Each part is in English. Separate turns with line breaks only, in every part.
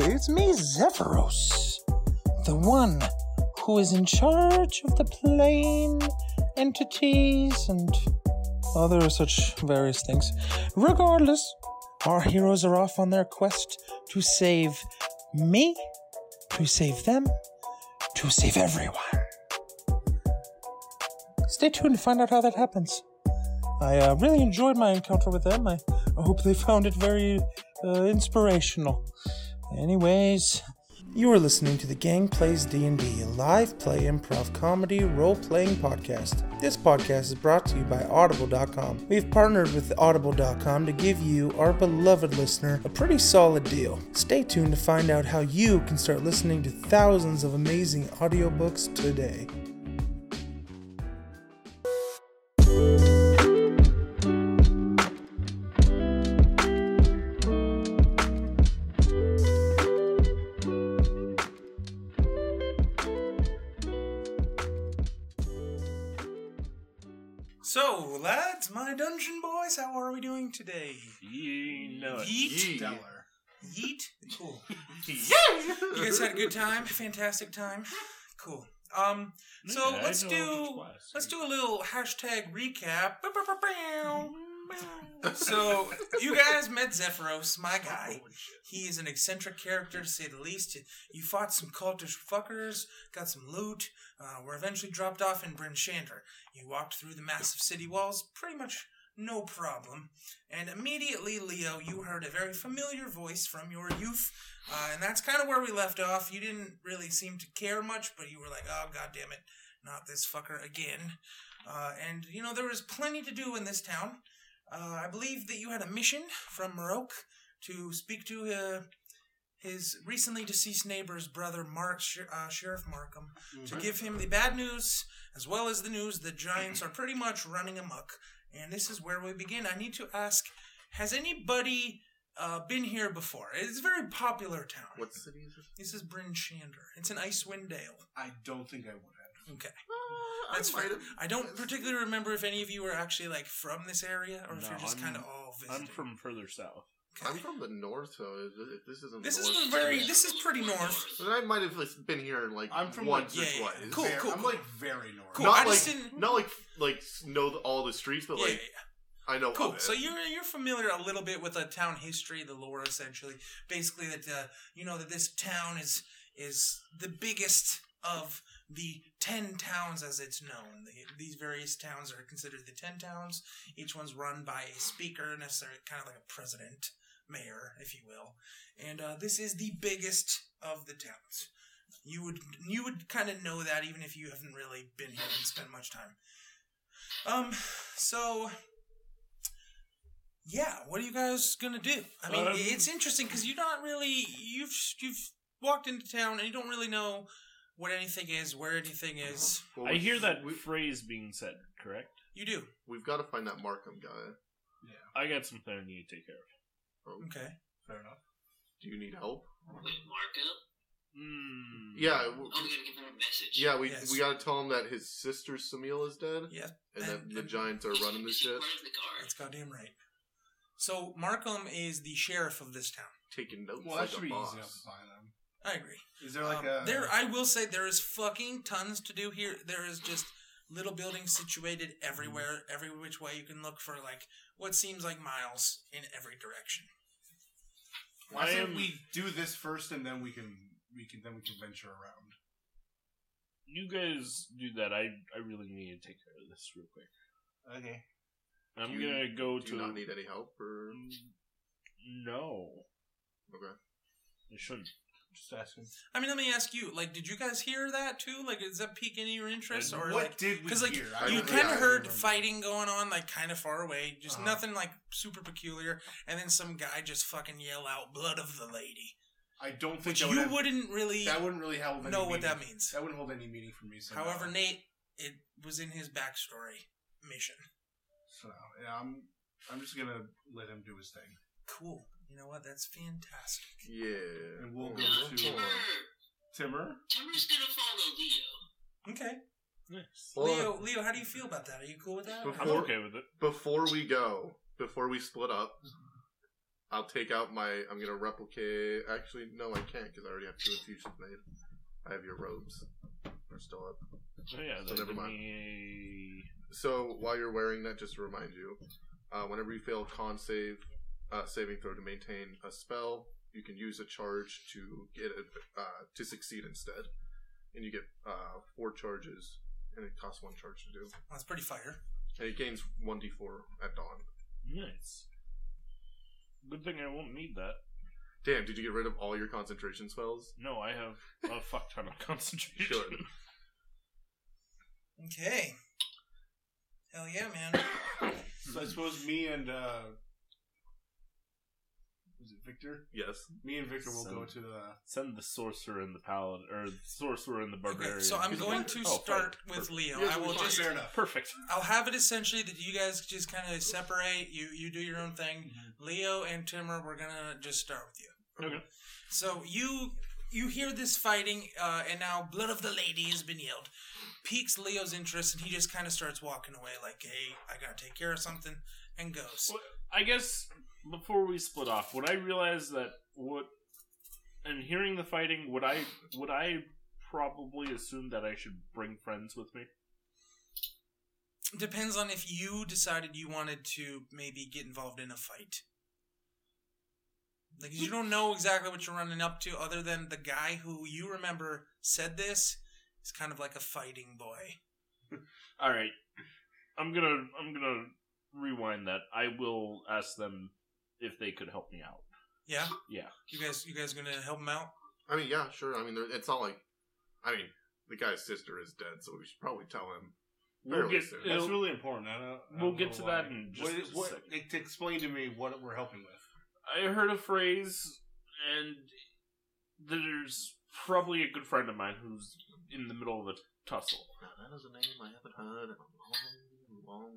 it's me, Zephyros, the one who is in charge of the plane entities and other such various things. Regardless, our heroes are off on their quest to save me, to save them, to save everyone. Stay tuned to find out how that happens. I uh, really enjoyed my encounter with them. I, I hope they found it very uh, inspirational. Anyways, you are listening to the Gang Plays D&D, a live play improv comedy role-playing podcast. This podcast is brought to you by audible.com. We've partnered with audible.com to give you, our beloved listener, a pretty solid deal. Stay tuned to find out how you can start listening to thousands of amazing audiobooks today. So, lads, my dungeon boys, how are we doing today?
You know it.
Yeet.
Stellar.
Yeet. Cool. You guys had a good time. Fantastic time. Cool. Um. So
Yeah, I
let's
know
do
twice.
let's do a little hashtag recap. So you guys met Zephyros, my guy. He is an eccentric character to say the least. You fought some cultish fuckers, got some loot. Uh, were eventually dropped off in Bryn Shander. You walked through the massive city walls, pretty much no problem. And immediately, Leo, you heard a very familiar voice from your youth, uh, and that's kind of where we left off. You didn't really seem to care much, but you were like, "Oh God damn it, not this fucker again." Uh, and you know there was plenty to do in this town. Uh, I believe that you had a mission from Maroc to speak to uh, his recently deceased neighbor's brother, Mark Sh- uh, Sheriff Markham, to give him the bad news as well as the news that giants are pretty much running amok. And this is where we begin. I need to ask: Has anybody uh, been here before? It's a very popular town.
What city is this?
This is Bryn Shander. It's in Icewind Dale.
I don't think I would have.
Okay,
Uh,
that's
I
fine.
might have-
I don't particularly remember if any of you are actually like from this area, or if
No,
you're just
I'm-
kind of all visiting.
I'm from further south.
I'm from the north, so if- if this isn't.
This
north,
is very. This is pretty north.
Then I might have like, been here like
I'm from,
once
like,
or
yeah, yeah,
twice.
yeah. Cool,
Very-
cool,
I'm
cool.
like very north.
Cool.
Not
I
like
just didn't-
not like like know the, all the streets, but
Yeah,
like
yeah,
I know.
yeah. cool.
of it.
So you're you're familiar a little bit with the town history, the lore, essentially. Basically, that uh, you know that this town is is the biggest of the ten towns as it's known. The, these various towns are considered the ten towns. Each one's run by a speaker, necessarily kind of like a president, mayor, if you will. And uh, this is the biggest of the towns. You would you would kind of know that even if you haven't really been here and spent much time. Um, so yeah, what are you guys gonna do? I mean,
Um,
it's interesting because you're not really you've you've walked into town and you don't really know what anything is, where anything is.
Well,
I
we-
hear that
we,
phrase being said, correct?
You do
we've got to find that Markham guy.
I got something I need to take care of.
Oh,
okay.
Fair enough.
Do you need help?
Wait, Marco?
Mm.
Yeah, w-
Oh, we gotta give him a message.
yeah. We
Yes.
we got to tell him that his sister Samil is dead,
Yeah,
and
And-
that the
and-
Giants are running this shit,
Where's the guard?
that's goddamn right. So Markham is the sheriff of this town.
taking notes
Well, that
like
should
a
be
boss.
easy enough to find them.
I agree.
Is there like uh,
Um,
a
there i will say there is fucking tons to do here there is just little buildings situated everywhere every which way you can look for like what seems like miles in every direction
Why
I
don't
am-
we do this first and then we can we can then we can venture around?
You guys do that. I, I really need to take care of this real quick.
Okay.
I'm
You-
gonna go
Do
to.
you not need any help? Or
Mm, No,
okay,
I shouldn't.
Just asking.
i mean let me ask you like did you guys hear that too like does that pique any of your interest
And
or
what
like
did we
'cause, like,
hear?
I
you
don't
kind
yeah, I
of
don't
heard fighting going on like kind of far away just
Uh-huh.
nothing like super peculiar and then some guy just fucking yell out blood of the lady
I don't think
which
that
you
would,
wouldn't really
have, that wouldn't really hold any
know what that
meaning.
means
That wouldn't hold any meaning for me. So
however
no.
nate it was in his backstory mission
so yeah, I'm I'm just gonna let him do his thing,
Cool. You know what? That's fantastic.
yeah.
and we'll
Oh,
go
No,
to
Timber.
uh, Timmer.
Timber's gonna follow Leo.
Okay.
Nice.
Hold on.
Leo, Leo, how do you feel about that? Are you cool with that?
I'm
Before-
okay with it.
before we go, before we split up, I'll take out my. I'm gonna replicate. Actually, no, I can't because I already have two infusions made. I have your robes. They're still up.
So yeah,
So
that
never
would
mind.
be
So while you're wearing that, just to remind you, uh, whenever you fail a con save, uh, saving throw to maintain a spell, you can use a charge to get a, uh, to succeed instead, and you get uh, four charges, and it costs one charge to do,
That's pretty fire.
and it gains one d4 at dawn.
a- nice. Good thing I won't need that.
Damn, did you get rid of all your concentration spells?
No, I have a fuck ton of concentration.
Good.
Okay. Hell yeah, man.
So I suppose me and uh was it Victor?
Yes.
Me and Victor will
Some-
go to the
Send the sorcerer and the paladin, or the sorcerer and the barbarian.
Okay, so I'm
Is it
going
Victor?
to
Oh, fine.
start with
Perfect.
Leo.
Yes,
I will
fine.
just
fair enough.
Perfect.
I'll have it essentially that you guys just kind of separate. You you do your own thing. Leo and Timur, we're gonna just start with you.
Okay.
So you you hear this fighting, uh, and now blood of the lady has been yelled. Piques Leo's interest, and he just kind of starts walking away, like, "Hey, I gotta take care of something," and goes.
Well- I guess before we split off, would I realize that what and hearing the fighting, would I would I probably assume that I should bring friends with me?
Depends on if you decided you wanted to maybe get involved in a fight. Like you don't know exactly what you're running up to, other than the guy who you remember said this is kind of like a fighting boy.
All right, I'm gonna I'm gonna rewind that. I will ask them if they could help me out.
Yeah,
Yeah.
you guys, you guys gonna help him out?
I mean, yeah, sure. I mean, there- it's not like, I mean, the guy's sister is dead, so we should probably tell him.
We'll
Fairly
get,
soon.
That's
it'll-
really important. I don't, I
We'll
don't
get
know
to
why.
that in just
What-
a
what-
second.
ex- explain to me what we're helping with.
I heard a phrase, and there's probably a good friend of mine who's in the middle of a tussle.
Now, that is a name I haven't heard in a long, long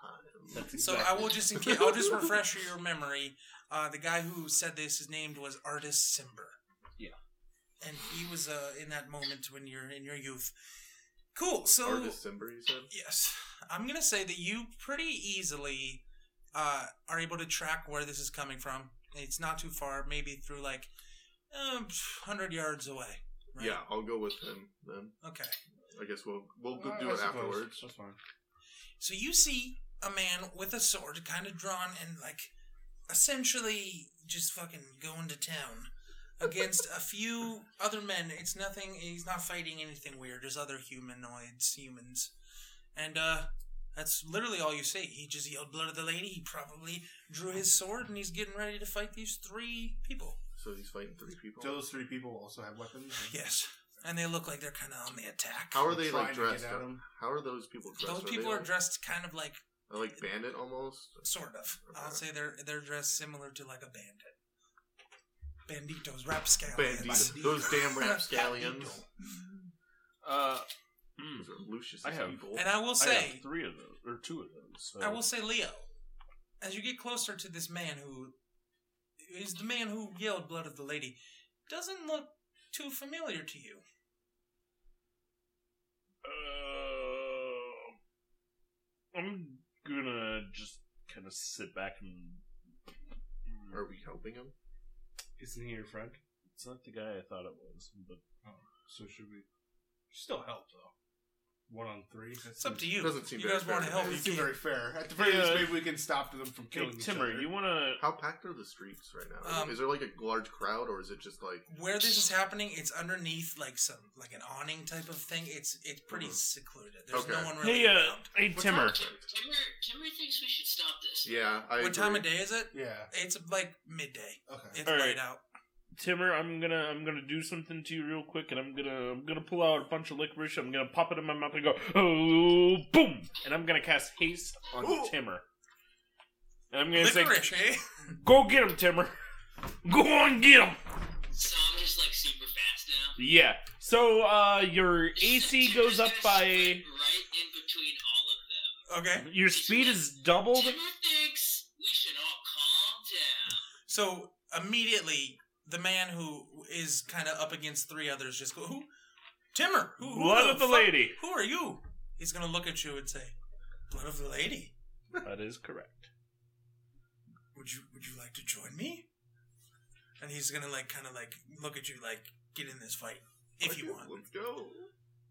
time.
So I will just, in case, I'll just refresh your memory. Uh, the guy who said this, his name was Artist Simber.
Yeah.
and he was uh, in that moment when you're in your youth. Cool. So
Artist Simber, you said?
Yes. I'm going to say that you pretty easily uh, are able to track where this is coming from. It's not too far, maybe through like um, 100 yards away. Right?
Yeah, I'll go with him then.
Okay.
I guess we'll we'll
I-
do
I
it
suppose.
afterwards.
That's fine.
So you see a man with a sword kind of drawn and like essentially just fucking going to town against a few other men. It's nothing, he's not fighting anything weird. There's other humanoids, humans. And, uh, that's literally all you see. He just yelled blood of the lady. He probably drew his sword and he's getting ready to fight these three people.
So he's fighting three people.
Do those three people also have weapons?
Yes. And they look like they're kind of on the attack.
How are they
Trying
like
to get
dressed?
at
Up?
'em.
How are those people dressed?
Those people
they
are
like,
dressed kind of like
are like bandit almost.
Sort of. I'll say they're they're dressed similar to like a bandit. Banditos, rapscallions.
Bandito. Those damn rapscallions.
Uh,
Those are Lucius
I have-
people.
And I will
I
say,
have three of those, or two of those. So.
I will say, Leo, as you get closer to this man who is the man who yelled "Blood of the Lady," doesn't look too familiar to you.
Uh, I'm gonna just kind of sit back and.
Are we helping him?
Isn't he your friend?
It's not the guy I thought it was, but
So should we? Still help though. One on three. That
It's up
seems-
to you.
Doesn't seem
you
very
guys want to
fair.
help?
Doesn't
You
seem
can.
very fair. At the very least,
Yeah.
maybe we can stop them from
hey,
killing each
Timmer,
other.
you wanna?
How packed are the streets right now?
Um,
is there like a large crowd, or is it just like
Where this is happening, it's underneath like some like an awning type of thing. It's it's pretty
Mhm.
secluded. There's
Okay.
no one really
Hey, uh,
around.
hey, Timmer.
Timmer, Timmer thinks we should stop this.
Yeah, I.
What time
agree.
of day is it?
Yeah.
It's like midday.
Okay.
It's
All right.
light out.
Timmer, I'm gonna I'm gonna do something to you real quick, and I'm gonna I'm gonna pull out a bunch of licorice. I'm gonna pop it in my mouth and go, oh, boom! And I'm gonna cast haste on
Ooh.
Timmer. And I'm gonna
Licorice,
say,
eh?
go get him, Timmer. Go on, get him.
So I'm just like super fast now.
Yeah. So uh, your AC goes up by
Sprint right in between all of them.
eh? Okay.
your speed is doubled.
Timmer thinks we should all calm down.
So immediately, the man who is kind of up against three others just go, "Who? Timmer? Who? who
Blood of the
fuck-
lady.
Who are you?" He's gonna look at you and say, "Blood of the lady."
That is correct.
would you would you like to join me? And he's gonna like kind of like look at you like get in this fight if you want.
Let's go.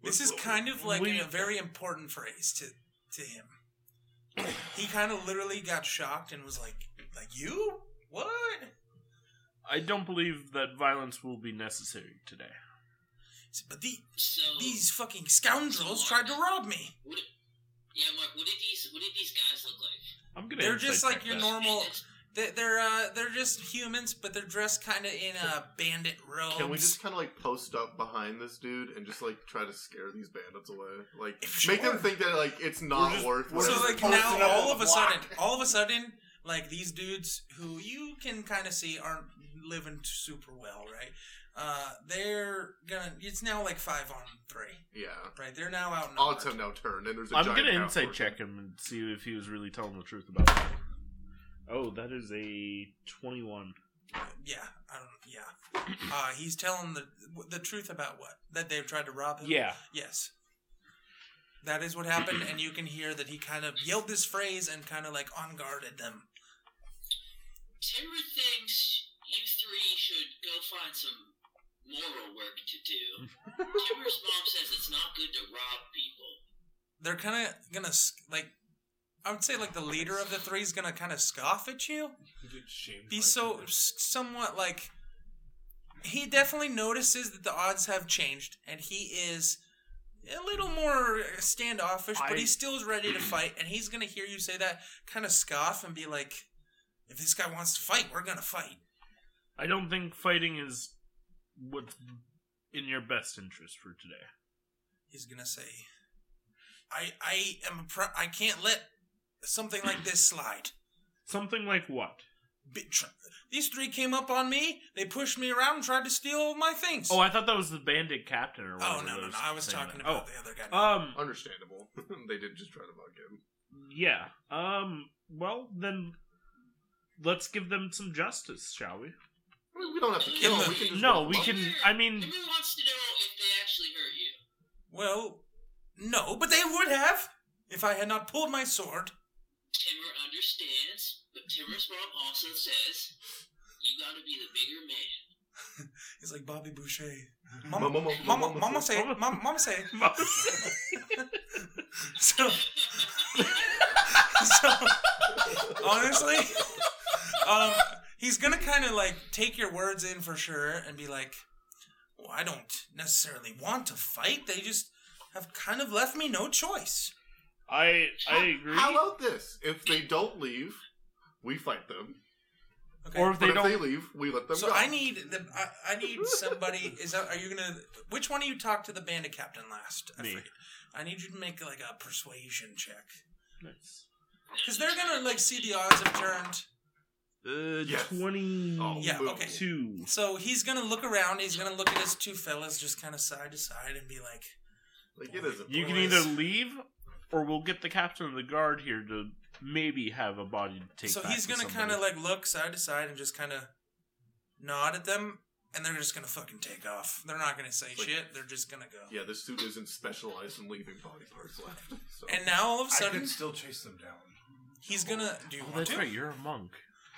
This is kind of like
We-
a very important phrase to to him. He kind of literally got shocked and was like, like you what?
I don't believe that violence will be necessary today.
But the,
So
these fucking scoundrels tried to rob me.
What, yeah, Mark. What did these What did these guys look like?
I'm gonna.
They're just
insight
like
check
your
that.
normal. They, they're uh, they're just humans, but they're dressed kind of in uh, bandit robes.
Can we just kind of like post up behind this dude and just like try to scare these bandits away? Like
Sure.
make them think that like it's not
We're just-
worth.
we're
whatever
so
just
like
the cost
now,
posting up
all
on
of
the
a
block.
sudden, all of a sudden, like these dudes who you can kind of see aren't living super well, right? Uh, they're gonna. It's now like five on three,
Yeah.
right? They're now out.
All of them now turn and there's a
I'm
giant
gonna
half
insight
orc.
check him and see if he was really telling the truth about it. Oh, that is a twenty-one.
Yeah, I don't. Yeah, uh, he's telling the the truth about what that they've tried to rob him.
Yeah,
Yes. That is what happened, and you can hear that he kind of yelled this phrase and kind of like unguarded them.
Timber thinks you three should go find some moral work to do. Timber's mom says it's not good to rob people.
They're kind of gonna s- like, I would say like the leader of the three is gonna kind of scoff at you. Be so s- somewhat like. He definitely notices that the odds have changed, and he is a little more standoffish, but
I-
he still is ready to fight. And he's gonna hear you say that kind of scoff and be like, "If this guy wants to fight, we're gonna fight."
I don't think fighting is what's in your best interest for today.
he's gonna say, "I I am a pro- I can't let something like this slide."
Something like what?
Bi- tr- These three came up on me. They pushed me around and tried to steal all my things.
Oh, I thought that was the bandit captain or whatever.
Oh, no no
those
no! I was
thing-
talking
oh.
about the other guy.
Um,
Understandable. they did just try to bug him.
yeah. Um, well then, let's give them some justice, shall we?
We don't have to kill him. We can just
No,
roll
we
him up.
can. I mean,
Timber wants to know if they actually hurt you.
well, no, but they would have if I had not pulled my sword.
Timber understands, but Timber's mom also says you gotta be the bigger man.
He's like Bobby Boucher.
Mama-
Mama, mama, mama, mama say, mama, mama say. So, so honestly, um, he's gonna kind of like take your words in for sure and be like, well, "I don't necessarily want to fight. They just have kind of left me no choice."
I I agree.
How about this? If they don't leave, we fight them.
Okay.
Or if
But
they
if
don't,
they leave, we let them
so
go.
I need the, I, I need somebody. Is that are you gonna? Which one of you talk to the bandit captain last? I
Me.
forget. I need you to make like a persuasion check
Nice.
because they're gonna like see the odds have turned.
Uh,
Yes.
twenty.
Oh,
Yeah,
boom.
okay.
Two.
So he's gonna look around. He's gonna look at his two fellas just kind of side to side and be like,
Like it is. A
You can
Boys.
either leave, or we'll get the captain of the guard here to maybe have a body to take.
so
back
he's
to
gonna kind
somebody.
of like look side to side and just kind of nod at them, and they're just gonna fucking take off. They're not gonna say
Like-
shit. They're just gonna go.
Yeah, this suit isn't specialized in leaving body parts left. So.
And now all of a
I
sudden
can still chase them down.
he's gonna do you
Oh,
want
that's
to?
right. You're a monk.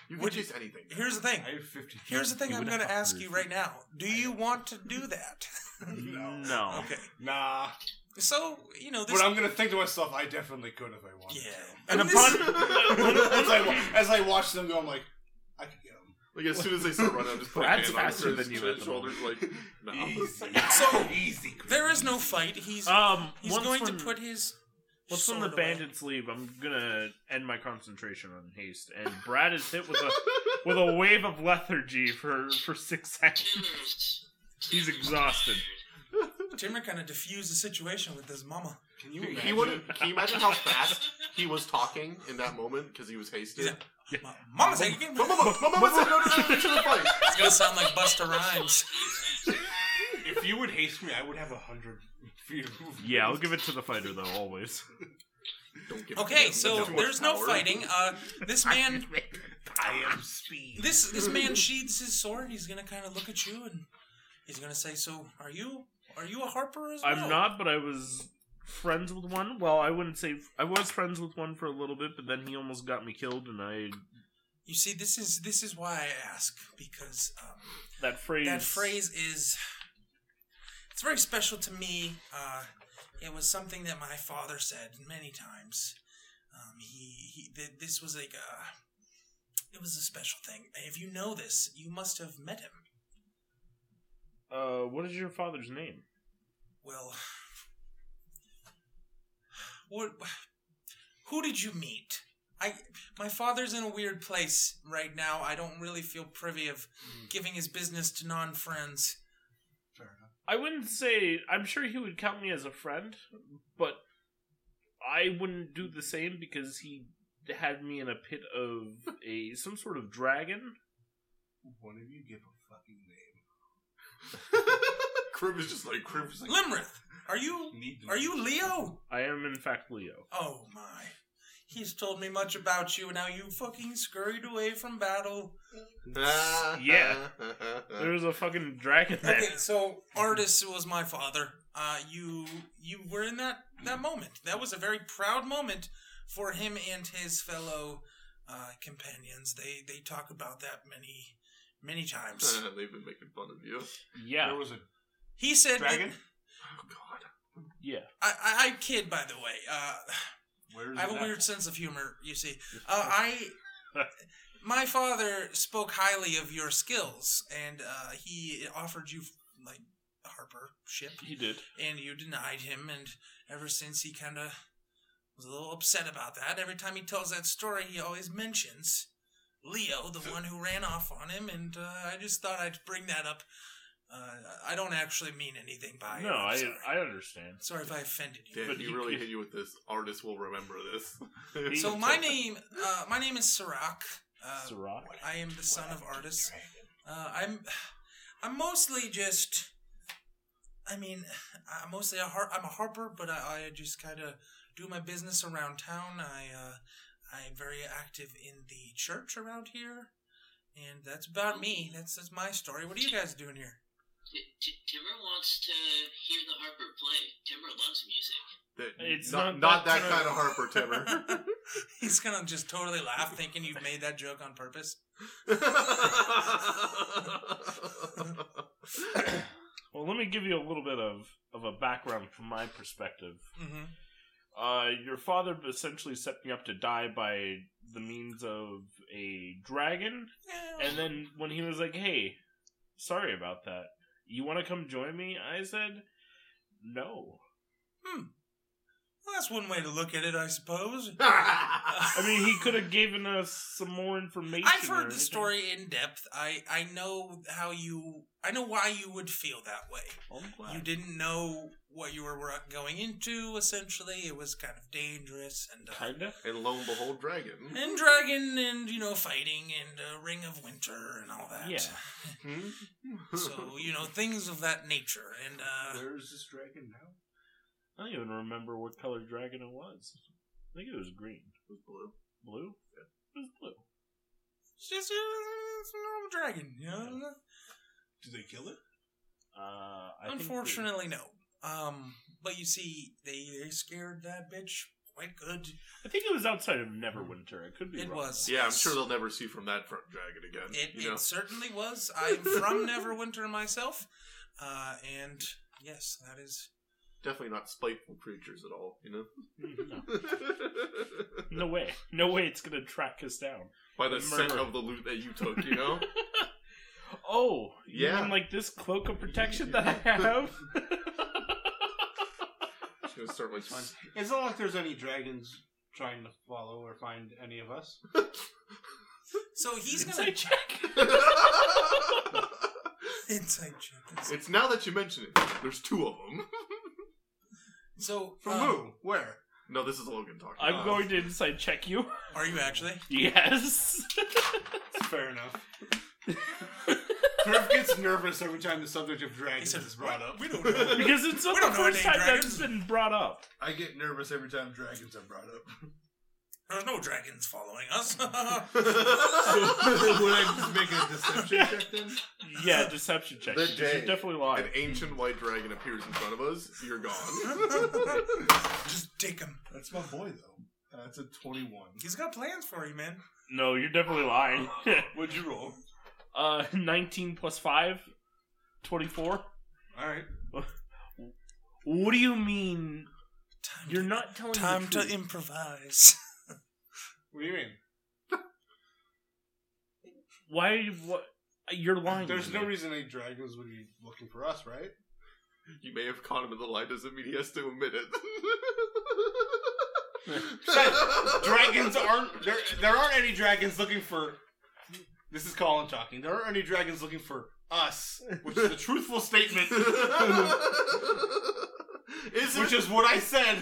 you can
would you-
chase anything.
Here's the thing.
I have 50.
Here's the thing
You
I'm
would
gonna
have
ask
to
you
do
right now. Do you want to do that?
No.
No.
okay.
Nah.
So you know this.
But I'm going to think to myself, I definitely could if I wanted
yeah.
to.
And
I mean, this-
upon-
as, I, wa- as I watch them go, I'm like, I could get them.
Like as soon as they start running, I'm just putting
That's
hand on
faster
his-
than you at
his
the
shoulders. Like no.
So-
easy.
there is no fight. He's
Um.
he's
once
going
when-
to put his.
Once when
sword
the
away.
bandits leave, I'm gonna end my concentration on haste. And Brad is hit with a with a wave of lethargy for for six seconds.
Timber's.
He's exhausted.
Timmer kind of diffused the situation with his mama.
Can you
He,
imagine?
he wouldn't. Can you imagine how fast he was talking in that moment because he was hasted?
He's like, "Ma- Mama's like, you
Mama,
can-"
mama, mama, mama, said no, no, no, no, to the fight.
it's gonna sound like Busta Rhymes.
if you would haste me, I would have a 100 feet of movement.
Yeah, I'll give it to the fighter though. Always.
Don't give
Okay,
him
so
too much
there's no
power.
fighting. Uh, this man,
I am speed.
this this man sheathes his sword. He's gonna kind of look at you and he's gonna say, "So, are you are you a harper as well?"
I'm not, but I was friends with one. Well, I wouldn't say I was friends with one for a little bit, but then he almost got me killed, and I
You see, this is this is why I ask because um,
That phrase.
that phrase is it's very special to me. Uh, it was something that my father said many times. Um, he he. Th- this was like a it was a special thing. If you know this, you must have met him.
Uh, what is your father's name?
Well, what? Who did you meet? I, my father's in a weird place right now. I don't really feel privy of
Mm.
giving his business to non-friends.
Fair enough.
I wouldn't say. I'm sure he would count me as a friend, but I wouldn't do the same because he had me in a pit of a some sort of dragon.
One of you give a fucking name.
Crib is just like Crib is like
Limrith, are you?
Need to-
Are you Leo?
I am in fact Leo.
Oh my! He's told me much about you, and now you fucking scurried away from battle.
Yeah. There was a fucking dragon there.
Okay, so Artis was my father. Uh, you you were in that that moment. That was a very proud moment for him and his fellow uh, companions. They they talk about that many many times.
They've been making fun of you.
Oh,
There
Yeah,
was a
He said, that-
dragon.
Oh god.
yeah.
I, "I I kid." By the way, uh,
Where's
I have a
that?
weird sense of humor. You see, uh, I my father spoke highly of your skills, and uh, he offered you like Harper ship.
He did.
and you denied him and ever since he kind of was a little upset about that every time he tells that story he always mentions leo the one who ran off on him and uh, i just thought i'd bring that up uh, i don't actually mean anything by
No,
it I'm
I
sorry.
I understand.
sorry if i offended you
Damn,
But
he
you
really
could-
hit you with this. Artist will remember this.
He-
so my name uh, my name is sirach uh,
Syrah.
i am the son of
What a
artis
dragon.
Uh, I'm I'm mostly just I mean I'm mostly a har- I'm a harper, but I, I just kind of do my business around town. I uh, I'm very active in the church around here, and that's about me. That's that's my story. What are you guys doing here?
T- T- Timmer wants to hear the Harper play. Timmer loves music.
That-
It's
not,
not
not
that
that kind of Harper Timmer.
He's gonna just totally laugh, thinking you've made that joke on purpose.
Well, let me give you a little bit of of a background from my perspective.
Mm-hmm.
Uh, your father essentially set me up to die by the means of a dragon, and then when he was like, "Hey, sorry about that. You want to come join me?" I said, "No."
well, that's one way to look at it, I suppose.
I mean, he could have given us some more information.
I've
or
heard the
anything.
story in depth. I I know how you. I know why you would feel that way.
Well, I'm glad.
You didn't know what you were were going into. Essentially, it was kind of dangerous and uh,
Kinda.
and lo and behold, dragon.
and dragon and you know fighting and uh, ring of winter and all that.
Yeah.
so you know things of that nature and uh,
Where's this dragon now?
I don't even remember what color dragon it was. I think it was green.
blue.
Blue? It was blue.
it's just uh, it's a normal dragon. You know?
Did they kill it?
Uh, I think
Unfortunately, no. Um, but you see, they they scared that bitch quite good.
they- I think it was outside of Neverwinter. It could be.
It
wrong.
was.
Yeah, I'm sure they'll never see from that front dragon again.
It,
you know?
it certainly was. I'm from Neverwinter myself, uh, and yes, that is.
Definitely not spiteful creatures at all, you know?
Mm, No. no way. No way it's going to track us down.
By the scent
Murder.
of the loot that you took, you know?
Oh, you
Yeah.
mean like this cloak of protection that I have?
She's gonna start like
It's fine. It's not like there's any dragons trying to follow or find any of us.
So he's gonna
Inside check.
inside check.
It's now that you mention it, there's two of them.
So
From
um,
who? Where?
No, this is Logan talking.
I'm
Uh,
going to inside check you.
Are you actually?
Yes.
Fair enough. Griff gets nervous every time the subject of dragons
said,
is brought up.
We don't know.
because it's not
We
the
don't know
first
any
time
dragons.
that's been brought up.
I get nervous every time dragons are brought up.
There's no dragons following us.
Would I just make a deception check then?
Yeah, deception check.
The
You're
day
definitely lying.
An ancient white dragon appears in front of us. You're gone.
Just take him.
That's my boy though. That's a twenty-one.
He's got plans for you, man.
No, you're definitely lying.
What'd you roll?
uh, 19 plus 5? 24?
All right.
What do you mean?
Time
You're
to,
not telling
Time
the
to
truth?
improvise.
What do you mean?
Why are you... What? You're lying.
There's
to
no
me.
reason any dragons would be looking for us, right?
You may have caught him in the lie. Doesn't mean he has to admit it.
dragons aren't there. There aren't any dragons looking for. This is Colin talking. There aren't any dragons looking for us, which is a truthful statement,
Is
which
it
is what I said.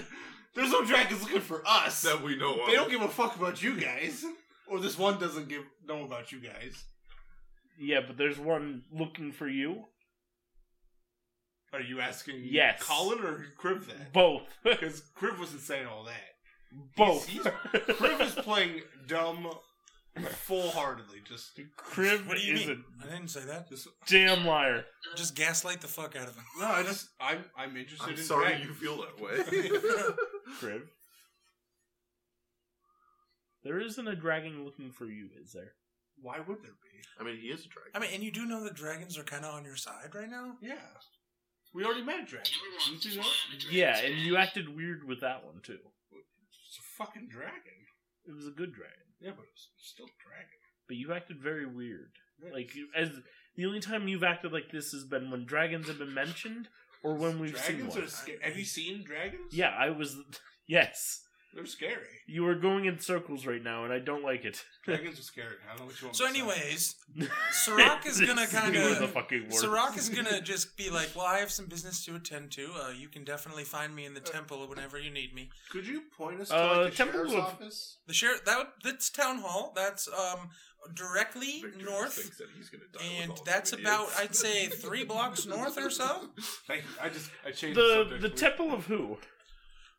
There's no dragons looking for us.
that we know of?
They don't give a fuck about you guys, or this one doesn't give know about you guys.
Yeah, but there's one looking for you.
Are you asking
Yes.
Colin or Crib that?
Both.
Because Crib wasn't saying all that.
Both.
He's- Crib is playing dumb, full-heartedly. Just
Crib
What do you
is
mean? I didn't say that.
a damn liar.
Just gaslight the fuck out of him.
no, I just I'm I'm interested
I'm
in
sorry
dragons.
you feel that way.
Crib. There isn't a dragon looking for you, is there?
Why would there be?
I mean, he is a dragon.
I mean, and you do know the dragons are kind of on your side right now.
Yeah, we already met a dragon.
Timber
Didn't
wants to
you
fly
know?
on a dragon's
Yeah, and you
back.
acted weird with that one too.
It's a fucking dragon.
It was a good dragon,
Yeah, but it's still a dragon.
but you acted very weird. Like
Yes.
you- as the only time you've acted like this has been when dragons have been mentioned or when we've seen
dragons
one.
are scary. Have you seen dragons?
Yeah, I was. Yes,
they're scary.
you are going in circles right now, and I don't like it.
Dragons are scary. I don't know what you want.
So,
me to say.
anyways, Sirach is gonna
It's neither
kinda-
the fucking word.
Sirach is gonna just be like, "Well, I have some business to attend to. Uh, you can definitely find me in the temple whenever you need me."
could you point us to
Uh,
like, the
Temple
sheriff's
of-
office?
The sheriff that that's town hall. That's um directly
Victor just
north,
thinks that he's gonna die with
and
all you
that's about
idiots.
I'd say three blocks north or so.
Thank you. I just I changed the
the
subject.
the
We-
temple of who?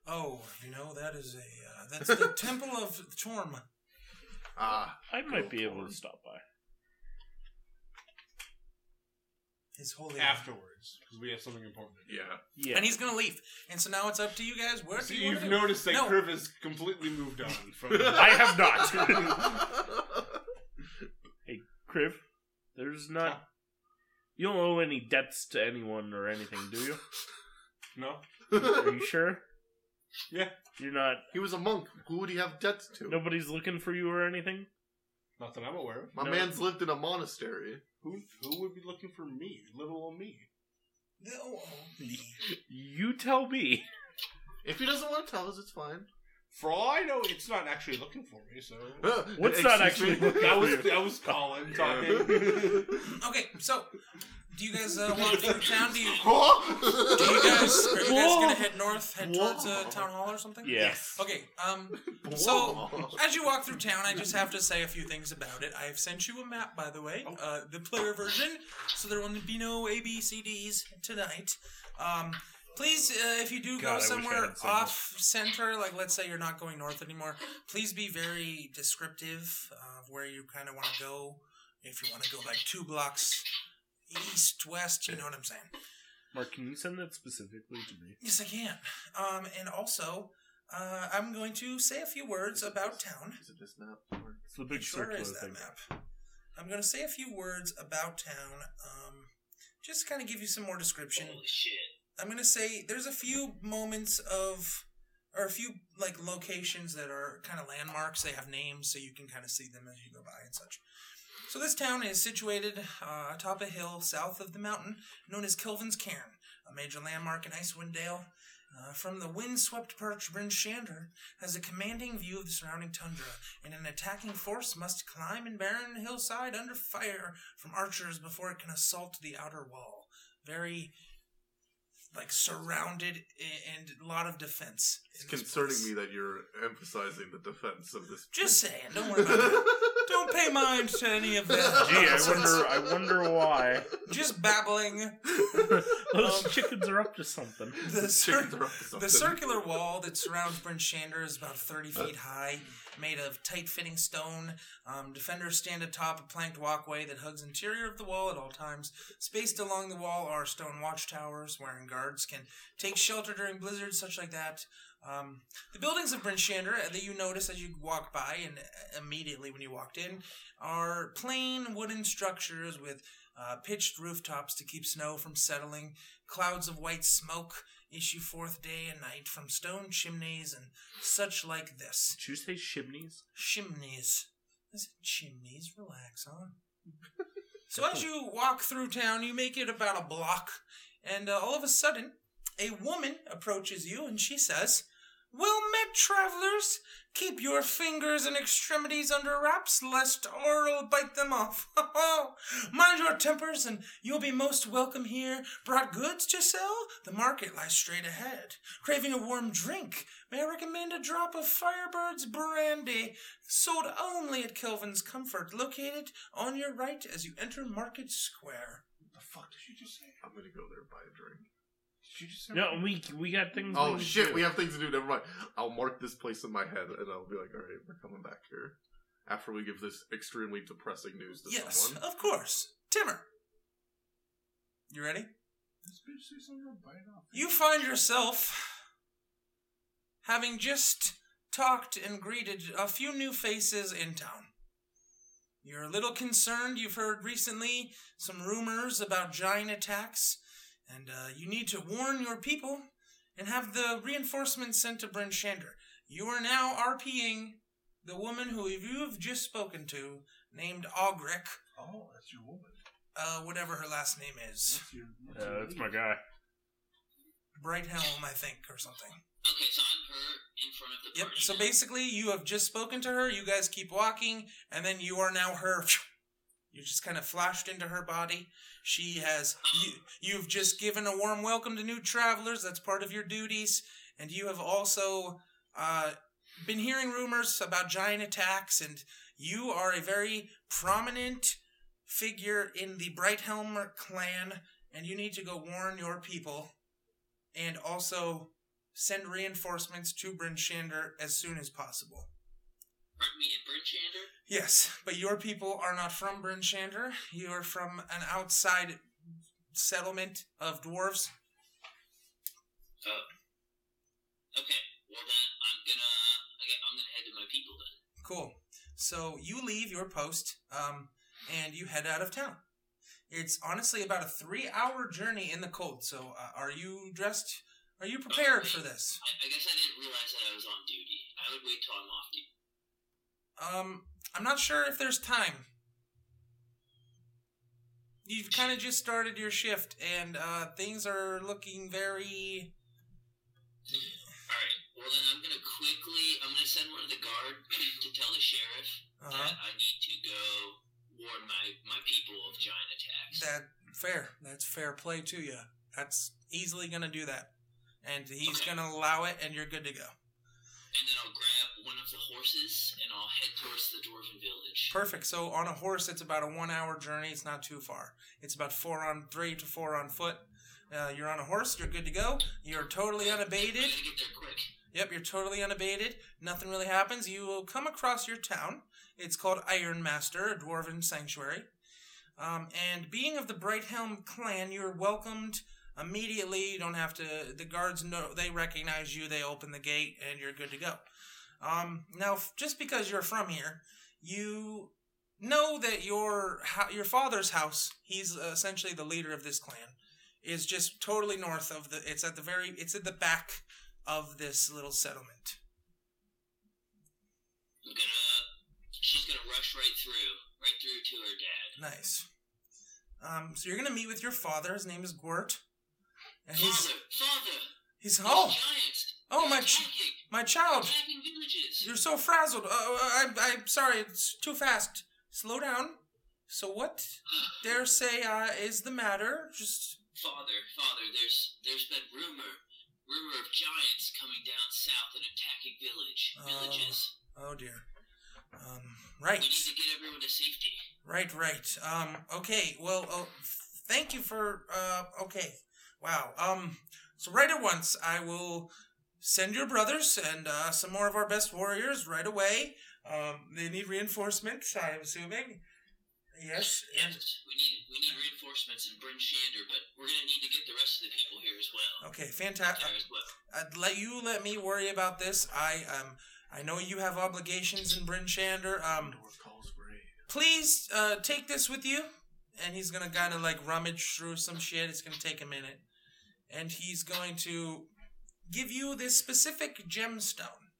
Oh, you know that is a uh, that's the temple of Torm.
Ah,
I
Oh,
might be able
Torm.
to stop by.
His holy
afterwards because we have something important. to do.
yeah.
Yeah,
And he's gonna leave. And so now it's up to you guys. Where do
See,
you
you've
wanna go?
noticed that
No.
Kriv has completely moved on from.
I have not. hey, Kriv, there's not. You don't owe any debts to anyone or anything, do you?
no,
Are you sure?
Yeah.
You're not.
he was a monk. Who would he have debts to?
Nobody's looking for you or anything.
not that I'm aware of.
My
No.
man's lived in a monastery.
Who who would be looking for me? Little old me.
No. oh,
You tell me.
If he doesn't want to tell us, it's fine.
For all I know, it's not actually looking for me. So
What's that
Excuse
actually-
that was that was Colin talking.
Okay, so do you guys uh, walk through town? Do you,
Huh?
do you guys are you guys
Whoa.
gonna head north, head towards uh,
Whoa.
town hall or something?
Yes.
Okay. Um. So as you walk through town, I just have to say a few things about it. I have sent you a map, by the way, uh, the player version, so there will be no A B C Ds tonight. Um. Please, uh, if you do
God, I
go
wish I
somewhere
had some.
off center, like let's say you're not going north anymore, please be very descriptive uh, of where you kind of want to go. If you want to go like two blocks east, west, you know what I'm saying.
Mark, can you send that specifically to me?
Yes, I can. Um, and also, uh, I'm going to say a few words about town.
Is it this map? Or-
It's the big
It sure
circular
is that
thing.
map. I'm going to say a few words about town. Um, just kind of give you some more description.
Holy shit.
I'm going to say there's a few moments of, or a few like locations that are kind of landmarks. They have names, so you can kind of see them as you go by and such. So this town is situated uh, atop a hill south of the mountain known as Kelvin's Cairn, a major landmark in Icewind Dale. Uh, from the windswept perch, Bryn Shander has a commanding view of the surrounding tundra, and an attacking force must climb an barren hillside under fire from archers before it can assault the outer wall. Very, like, surrounded a- and a lot of defense. in
It's
this
concerning
place.
me that you're emphasizing the defense of this.
Just saying, don't worry about that. Don't pay mind to any of that.
Gee, I wonder. I wonder why
Just babbling.
those
Um,
chickens are up to something.
The, cir-
Chickens are up to
the
something.
circular wall that surrounds Bryn Shander is about 30 feet high made of tight fitting stone. Um, defenders stand atop a planked walkway that hugs interior of the wall at all times. Spaced along the wall are stone watchtowers wherein guards can take shelter during blizzards, such like that. Um, the buildings of Bryn Shander uh, that you notice as you walk by and uh, immediately when you walked in are plain wooden structures with uh, pitched rooftops to keep snow from settling. Clouds of white smoke issue forth day and night from stone chimneys and such like this.
Did you say chimneys?
Chimneys. I said chimneys. Relax, huh? so as you walk through town, you make it about a block, and uh, all of a sudden, a woman approaches you and she says, well met, travelers. Keep your fingers and extremities under wraps, lest Oral bite them off. Mind your tempers, and you'll be most welcome here. Brought goods to sell? The market lies straight ahead. Craving a warm drink? May I recommend a drop of Firebird's brandy, sold only at Kelvin's Comfort, located on your right as you enter Market Square.
the fuck did you just say?
I'm gonna go there and buy a drink.
Did you just say?
No, we we got things.
Oh
need to
shit,
do.
we have things to do. Never mind. I'll mark this place in my head, and I'll be like, all right, we're coming back here after we give this extremely depressing news to
yes,
someone.
of course. Timmer. You ready?
This bitch say something about bite off.
You find yourself having just talked and greeted a few new faces in town. You're a little concerned. You've heard recently some rumors about giant attacks, and uh, you need to warn your people and have the reinforcements sent to Bryn Shander. You are now RPing the woman who you've just spoken to, named Ogric,
Oh, that's your woman.
uh, whatever her last name is.
That's your.
Uh,
your
that's
lady.
my guy.
Bright Helm, I think, or something.
Okay, so I'm her in front of the
Yep.
party.
So
now.
basically, you have just spoken to her. You guys keep walking, and then you are now her. You just kind of flashed into her body. She has you. You've just given a warm welcome to new travelers. That's part of your duties, and you have also uh, been hearing rumors about giant attacks. And you are a very prominent figure in the Brighthelm clan, and you need to go warn your people, and also send reinforcements to Bryn Shander as soon as possible.
Aren't we at Bridgehander?
Yes, but your people are not from Bryn Shander. You are from an outside settlement of dwarves.
Okay, well then I'm gonna okay, I'm gonna head to my people then.
Cool. So you leave your post, um, and you head out of town. It's honestly about a three-hour journey in the cold. So, uh, are you dressed? Are you prepared for this?
I, I guess I didn't realize that I was on duty. I would wait till I'm off duty.
Um, I'm not sure if there's time. You've kind of just started your shift, and uh, things are looking very.
All right. Well then I'm gonna quickly I'm gonna send one of the guard to tell the sheriff
Uh,
that I need to go warn my my people of giant attacks.
that fair. That's fair play to you. That's easily gonna do that, and he's
Okay.
gonna allow it, and you're good to go.
and then I'll grab one of the horses and I'll head towards the dwarven village.
Perfect. So on a horse, it's about a one-hour journey. It's not too far. It's about four on three to four on foot. Uh, you're on a horse. You're good to go. You're totally unabated.
I gotta get there quick.
Yep, you're totally unabated. Nothing really happens. You will come across your town. It's called Ironmaster, a dwarven sanctuary. Um, and being of the Brighthelm clan, you're welcomed immediately. You don't have to. The guards know they recognize you. They open the gate, and you're good to go. Um, now, f- just because you're from here, you know that your ho- your father's house. He's uh, essentially the leader of this clan. Is just totally north of the. It's at the very. It's at the back of this little settlement.
I'm gonna she's gonna rush right through, right through to her dad.
Nice. Um, so you're gonna meet with your father. His name is Gwert, and he's
Father, father,
he's
these
oh
giants.
Oh,
they're
my ch-
attacking.
my child.
Attacking villages.
You're so frazzled. Uh, I, I'm sorry. It's too fast. Slow down. So what dare say uh, is the matter? Just
Father, father, there's there's been rumor, rumor of giants coming down south and attacking village,
Oh.
villages.
oh dear. Um,
We
right,
need to get everyone to safety.
right, right. Um, okay. Well, oh, thank you for. Uh, okay. Wow. Um, so right at once, I will send your brothers and uh, some more of our best warriors right away. Um, they need reinforcements, I'm assuming. Yes, and
Yes, we need we need reinforcements in Bryn Shander, but we're gonna need to get the rest of the people here as well.
okay, fantastic.
There as well.
I'd let you let me worry about this. I um, I know you have obligations in Bryn Shander. Um,
North calls raid.
please uh, take this with you. And he's gonna kind of like rummage through some shit. It's gonna take a minute, and he's going to give you this specific gemstone.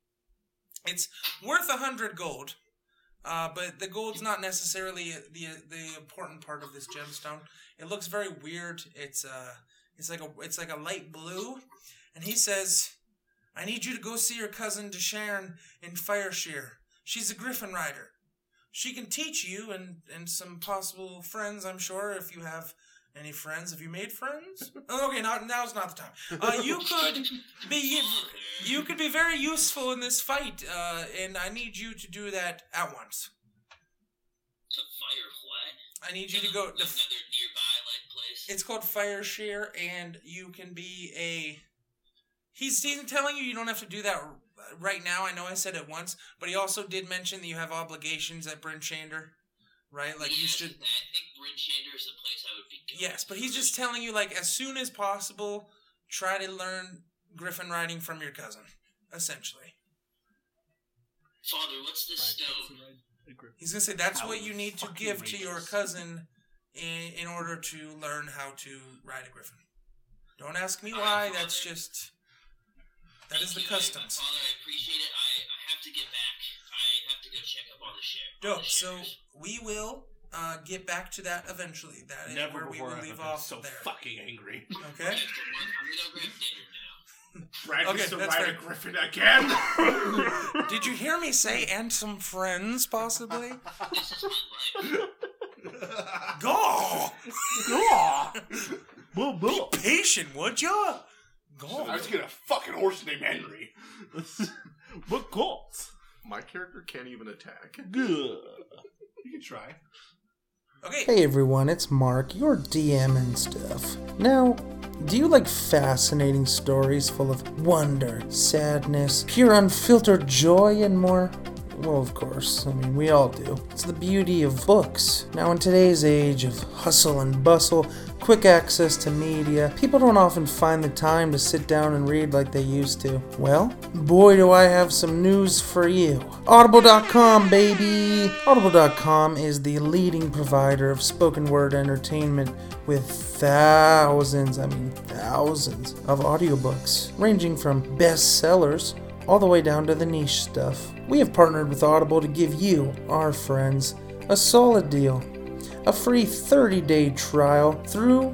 It's worth a hundred gold, uh, but the gold's not necessarily the the important part of this gemstone. It looks very weird. It's uh, it's like a it's like a light blue, and he says, "I need you to go see your cousin Desharon in Fireshear. She's a Griffin rider she can teach you and and some possible friends i'm sure if you have any friends have you made friends Oh, okay not now's not the time uh, you could be you could be very useful in this fight uh, and i need you to do that at once
To fire what?
i need you to go to f-
another nearby like place.
it's called fire share and you can be a he's, he's telling you you don't have to do that r- right now i know i said it once but he also did mention that you have obligations at bryn shander right like you
Yes,
should
I think Bryn Shander is the place I would be going.
Yes, but he's just telling you like as soon as possible, try to learn Griffin riding from your cousin, essentially.
Father, what's this stone?
He's gonna say that's what you need to
Fucking
give to your
racist.
cousin in, in order to learn how to ride a griffin. Don't ask me why. That's just that is the
Thank you, I-
custom.
Father, I appreciate it. I, I have to get back. I have to go check up on the ship. on
Dope.
the
So
shares.
we will uh, get back to that eventually. That is
Never
where we
before
will
I've
leave
been
off
so
there.
fucking angry.
Okay.
Next one, I'm gonna go grab dinner now.
Brad
Okay,
gets to
that's
ride
fair.
a griffin again.
Did you hear me say and some friends possibly?
This is my life.
Go.
Aw.
Boo boo.
patient, would ya?
I was gonna fucking horse named Henry.
But cool.
My character can't even attack.
Good.
You can try.
Okay.
Hey everyone, it's Mark, your DM and stuff. Now, do you like fascinating stories full of wonder, sadness, pure unfiltered joy, and more? Well, of course. I mean, we all do. It's the beauty of books. Now, in today's age of hustle and bustle, quick access to media, people don't often find the time to sit down and read like they used to. Well, boy, do I have some news for you. Audible.com, baby! Audible.com is the leading provider of spoken word entertainment with thousands, I mean, thousands of audiobooks, ranging from bestsellers all the way down to the niche stuff. We have partnered with Audible to give you, our friends, a solid deal a free 30 day trial through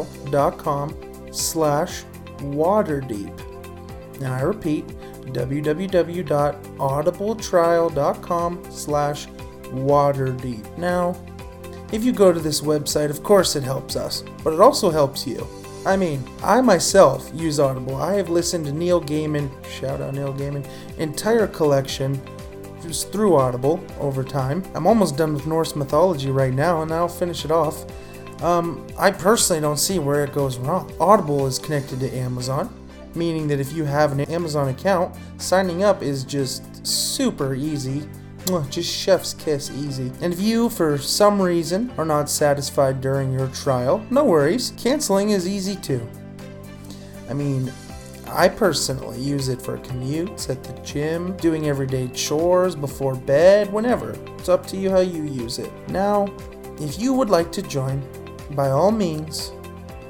www.audibletrial.com slash waterdeep. Now I repeat, www.audibletrial.com slash waterdeep. Now, if you go to this website, of course it helps us, but it also helps you. I mean, I myself use Audible. I have listened to Neil Gaiman, shout out Neil Gaiman, entire collection just through Audible over time. I'm almost done with Norse mythology right now, and I'll finish it off. Um, I personally don't see where it goes wrong. Audible is connected to Amazon, meaning that if you have an Amazon account, signing up is just super easy. Mwah, Just chef's kiss easy. And if you, for some reason, are not satisfied during your trial, no worries. Canceling is easy too. I mean, I personally use it for commutes, at the gym, doing everyday chores, before bed, whenever. It's up to you how you use it. Now, if you would like to join, by all means,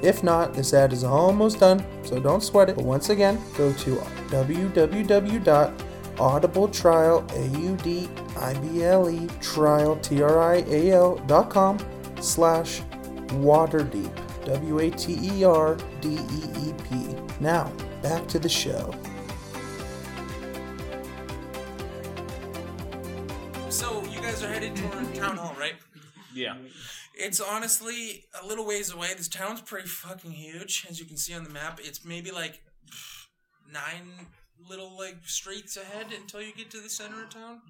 if not, this ad is almost done, so don't sweat it. But once again, go to www.audibletrial.com slash waterdeep. E W-A-T-E-R-D-E-E-P. E Now, back to the show.
So you guys are headed toward town hall, right?
Yeah.
It's honestly a little ways away. This town's pretty fucking huge, as you can see on the map. It's maybe like pff, nine little like streets ahead until you get to the center of town.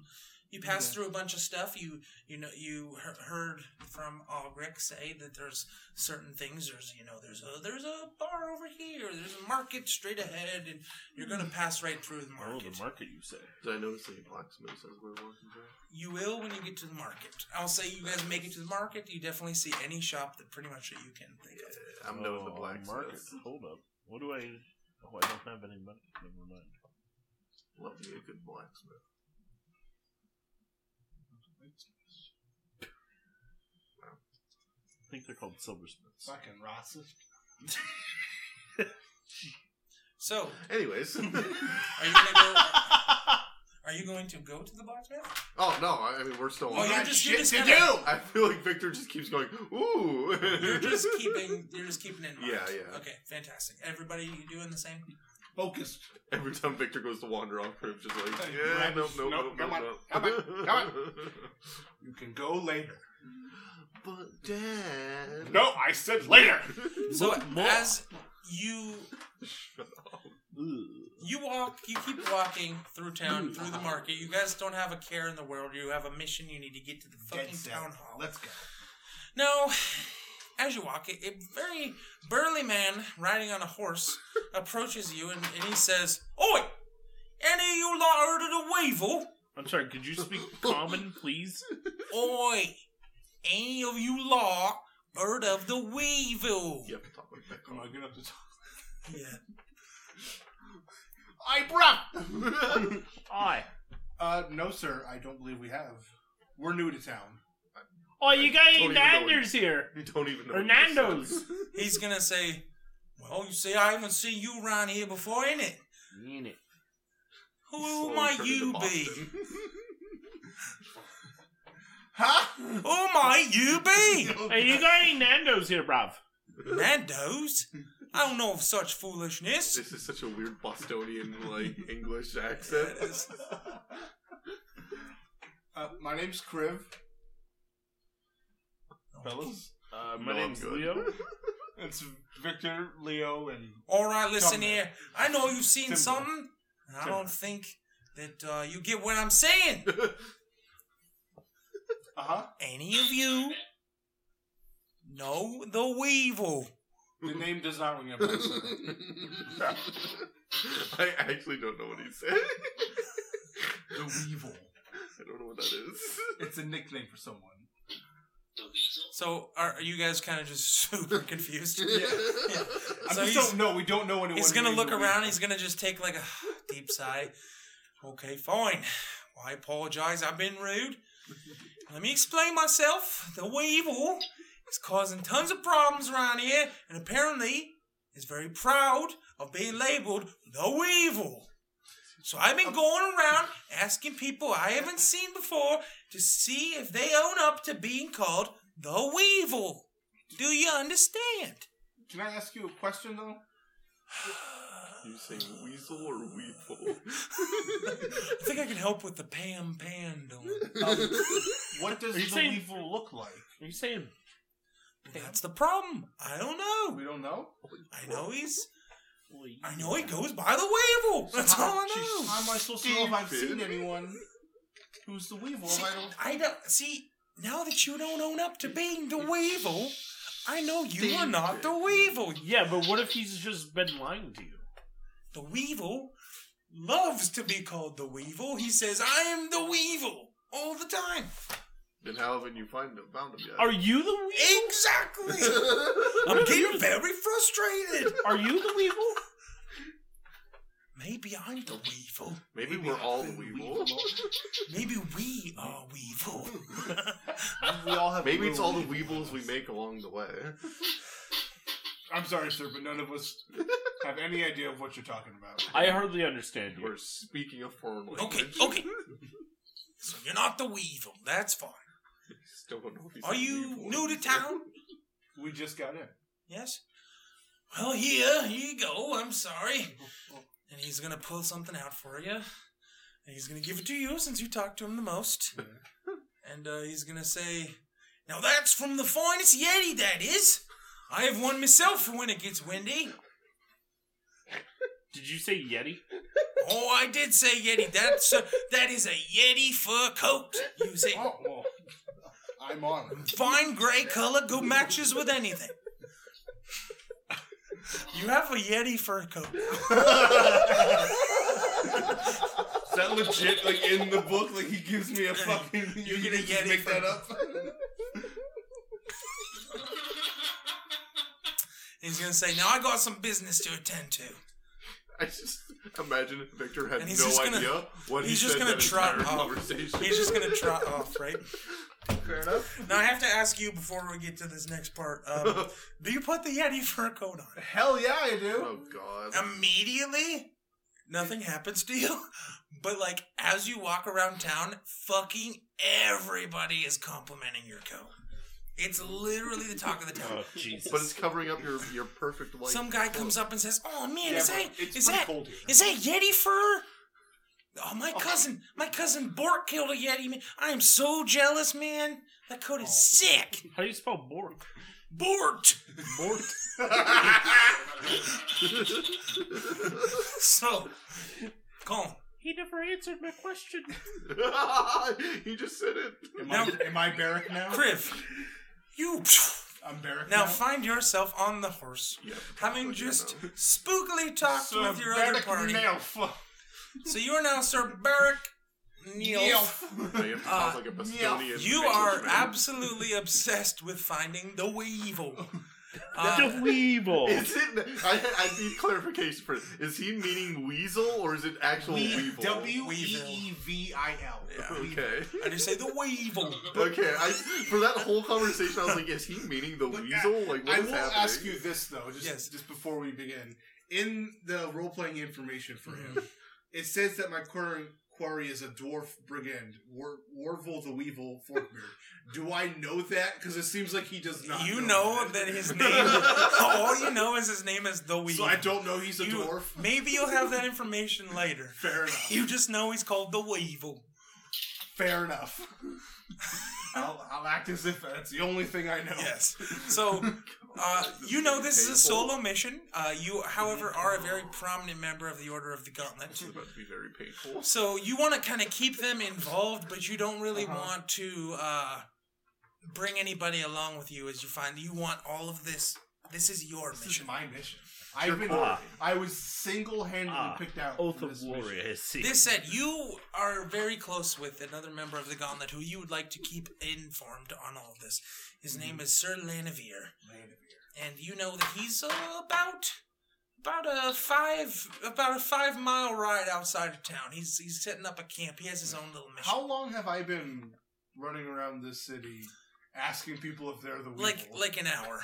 You pass through a bunch of stuff. You you know you he- heard from Alric say that there's certain things. There's you know there's a there's a bar over here. There's a market straight ahead, and you're gonna pass right through the
Oh,
market.
the market you say.
Did I notice any blacksmiths as we were walking through?
you will when you get to the market. I'll say you guys make it to the market. You definitely see any shop that pretty much that you can think of.
I'm done with the
Oh, market.
blacksmiths.
Hold up. What do I? Oh, I don't have any money. Never mind.
Love me a good blacksmith.
I think they're called silversmiths.
Fucking racist.
So
Anyways,
are you gonna go? uh, are you going to go to the blacksmith?
oh no, I I mean we're still.
Oh,
on.
you're just- you're
shit
just
to
kinda-
do. I feel like Victor just keeps going. Ooh,
You're just keeping. You're just keeping in mind.
Yeah, yeah.
Okay, fantastic. Everybody, you doing the same?
Focused.
Every time Victor goes to wander off, Crib's just like,
Hey,
yeah,
grab
nope,
this-
nope, nope,
nope, come
nope,
on,
nope.
come on, come You can go later.
But Dad,
No, I said later.
So
Look more.
as you
Ugh.
you walk, you keep walking through town, through the market. You guys don't have a care in the world. You have a mission. You need to get to the fucking
Dead set.
town hall.
Let's go.
No, as you walk, a, a very burly man riding on a horse approaches you and, and he says, Oi! Any of you lot heard of the weevil?
I'm sorry. Could you speak common, please?
Oi! Any of you lot heard of the weevil?
Yep, talk like that.
Come on, get up to talk.
Yeah.
I bruh.
Aye.
Uh, no, sir. I don't believe we have. We're new to town.
Oh, you got
Don't
any
even know what-
Nando's here?
You don't even know.
Or
what you
Nando's?
said.
He's gonna say, Well, you see, I haven't seen you around here before, innit?
Mean it.
Who
Slowly
might
turned into
you be?
Boston.
Huh?
Who might you be?
Hey, you got any Nando's here, bruv?
Nando's? I don't know of such foolishness.
This is such a weird Bostonian like English accent.
uh, my name's Kriv. Fellas,
Uh,
No,
my
I'm
name's
good.
Leo.
it's Victor, Leo, and
All right, listen
Something.
here. I know you've seen
Timber.
something. and I
Timber.
don't think that uh, you get what I'm saying.
uh huh.
Any of you know the Weevil?
The name does not ring a bell. sir.
I actually don't know what he said.
the Weevil.
I don't know what that is.
It's a nickname for someone.
The weasel?
So are, are you guys kind of just super confused? Yeah.
I
So
just
he's-
don't know. We don't know anyone.
He's gonna
named
look
the
around.
Weevil.
He's gonna just take like a deep sigh. Okay, fine. Well, I apologize. I've been rude. Let me explain myself. The weevil is causing tons of problems around here, and apparently is very proud of being labeled the weevil. So I've been going around asking people I haven't seen before to see if they own up to being called the weevil. Do you understand?
Can I ask you a question though?
You saying weasel or weevil?
I think I can help with the Pam Pan doing.
Um, what does
Are
the
you saying-
Weevil look like?
Are you saying
That's the problem. I don't know.
We don't know.
I know he's.
please?
I know he goes by the Weevil. That's all I know.
How am I supposed to know if I've
Stupid.
seen anyone who's the Weevil? if
See,
I don't.
I don't see now that you don't own up to being the Weevil. I know you are not the Weevil.
Yeah, but what if he's just been lying to you?
The Weevil loves to be called the Weevil. He says, "I am the Weevil." All the time.
Then how haven't you find him, found him yet?
Are you the weevil?
Exactly. I'm getting very frustrated.
Are you the weevil?
Maybe I'm the Weevil.
Maybe we're all the
Weevil.
weevil.
Maybe we are Weevil.
we all have. a
Maybe it's
little
all the
Weevil in
weevils we
us.
make along the way.
I'm sorry, sir, but none of us have any idea of what you're talking about.
I hardly understand you.
We're speaking a foreign
okay,
language.
okay. So you're not the Weevil. That's fine.
Still don't know if he's
Are
a
you
weevil.
new to town?
We just got in.
Yes. Well, here, here you go. I'm sorry. And he's gonna pull something out for you. And he's gonna give it to you since you talk to him the most. And uh, he's gonna say, "Now that's from the finest Yeti, that is. I have one myself for when it gets windy."
Did you say Yeti?
Oh, I did say Yeti. That's a, that is a Yeti fur coat. Use it.
Oh, well, I'm on it.
Fine gray color, go matches with anything. You have a Yeti fur coat.
Is that legit? Like in the book, like he gives me a fucking.
You're
you
gonna
just
get it
make
from-
that up.
He's gonna say, "Now I got some business to attend to."
I just imagine Victor had
And
no
he's just gonna-
idea what
he's
he
just
said
gonna
that
trot
entire
off.
conversation.
He's just gonna trot off, right?
Fair enough.
Now I have to ask you before we get to this next part. Um, do you put the Yeti fur coat on
Hell yeah, I do.
Oh god.
immediately? Nothing happens to you, but like as you walk around town, fucking everybody is complimenting your coat. It's literally the talk of the town.
Oh Jesus!
but it's covering up your, your perfect light.
Some guy comes up and says, "Oh man,
Yeah,
is
but
that
it's
is
pretty
that
cold here.
is that Yeti fur?" Oh, my cousin, my cousin Bork killed a Yeti. Man. I am so jealous, man. That coat
Oh.
is sick.
How do you spell Bork?
Bort.
Bork.
So, Colin,
He never answered my question.
he just said it.
Am,
Now-
I, am I Barrack now?
Criv, you
I'm Barrack
now
now.
find yourself on the horse,
Yeah,
having
probably,
just
no.
spookily talked
So
with your other
Barrack
party.
now. Fuck.
So you are now Sir Beric Neal.
They have to sound
Uh,
like a Bostonian
You are
businessman.
absolutely obsessed with finding the weevil.
Uh,
the weevil.
Is it? I, I need clarification for. Is he meaning weasel or is it actual
We-
weevil?
W E
Weevil.
E V I L.
Okay.
I just say the weevil.
Okay. I for that whole conversation, I was like, is he meaning the weasel? Like, what
I
is
will
happening?
ask you this though, just
Yes.
just before we begin. In the role playing information for him,
Mm-hmm.
it says that my quarry, quarry is a dwarf brigand, War, Warvil the Weevil Forkbeard. Do I know that? Because it seems like he does not.
You know that his name. All you know is his name is the
So
weevil.
I don't know he's a
You-
dwarf.
Maybe you'll have that information later.
Fair enough.
You just know he's called the weevil.
Fair enough. I'll, I'll act as if that's the only thing I know.
Yes. So, uh, you know this is a solo mission. Uh, you, however, are a very prominent member of the Order of the Gauntlet.
It's about to be very painful.
So you want to kind of keep them involved, but you don't really want to uh, bring anybody along with you as you find you want all of this. This is your
This
mission.
is my mission. I've been,
Ah.
quarry.
I was single handedly
Ah,
picked out.
Oath
for
of
mission.
Glory. I see.
This said, you are very close with another member of the Gauntlet who you would like to keep informed on all of this. His
Mm-hmm.
name is Sir Lanivere. and you know that he's uh, about about a five about a five mile ride outside of town. He's he's setting up a camp. He has his own little mission.
How long have I been running around this city asking people if they're the weevil?
like like an hour,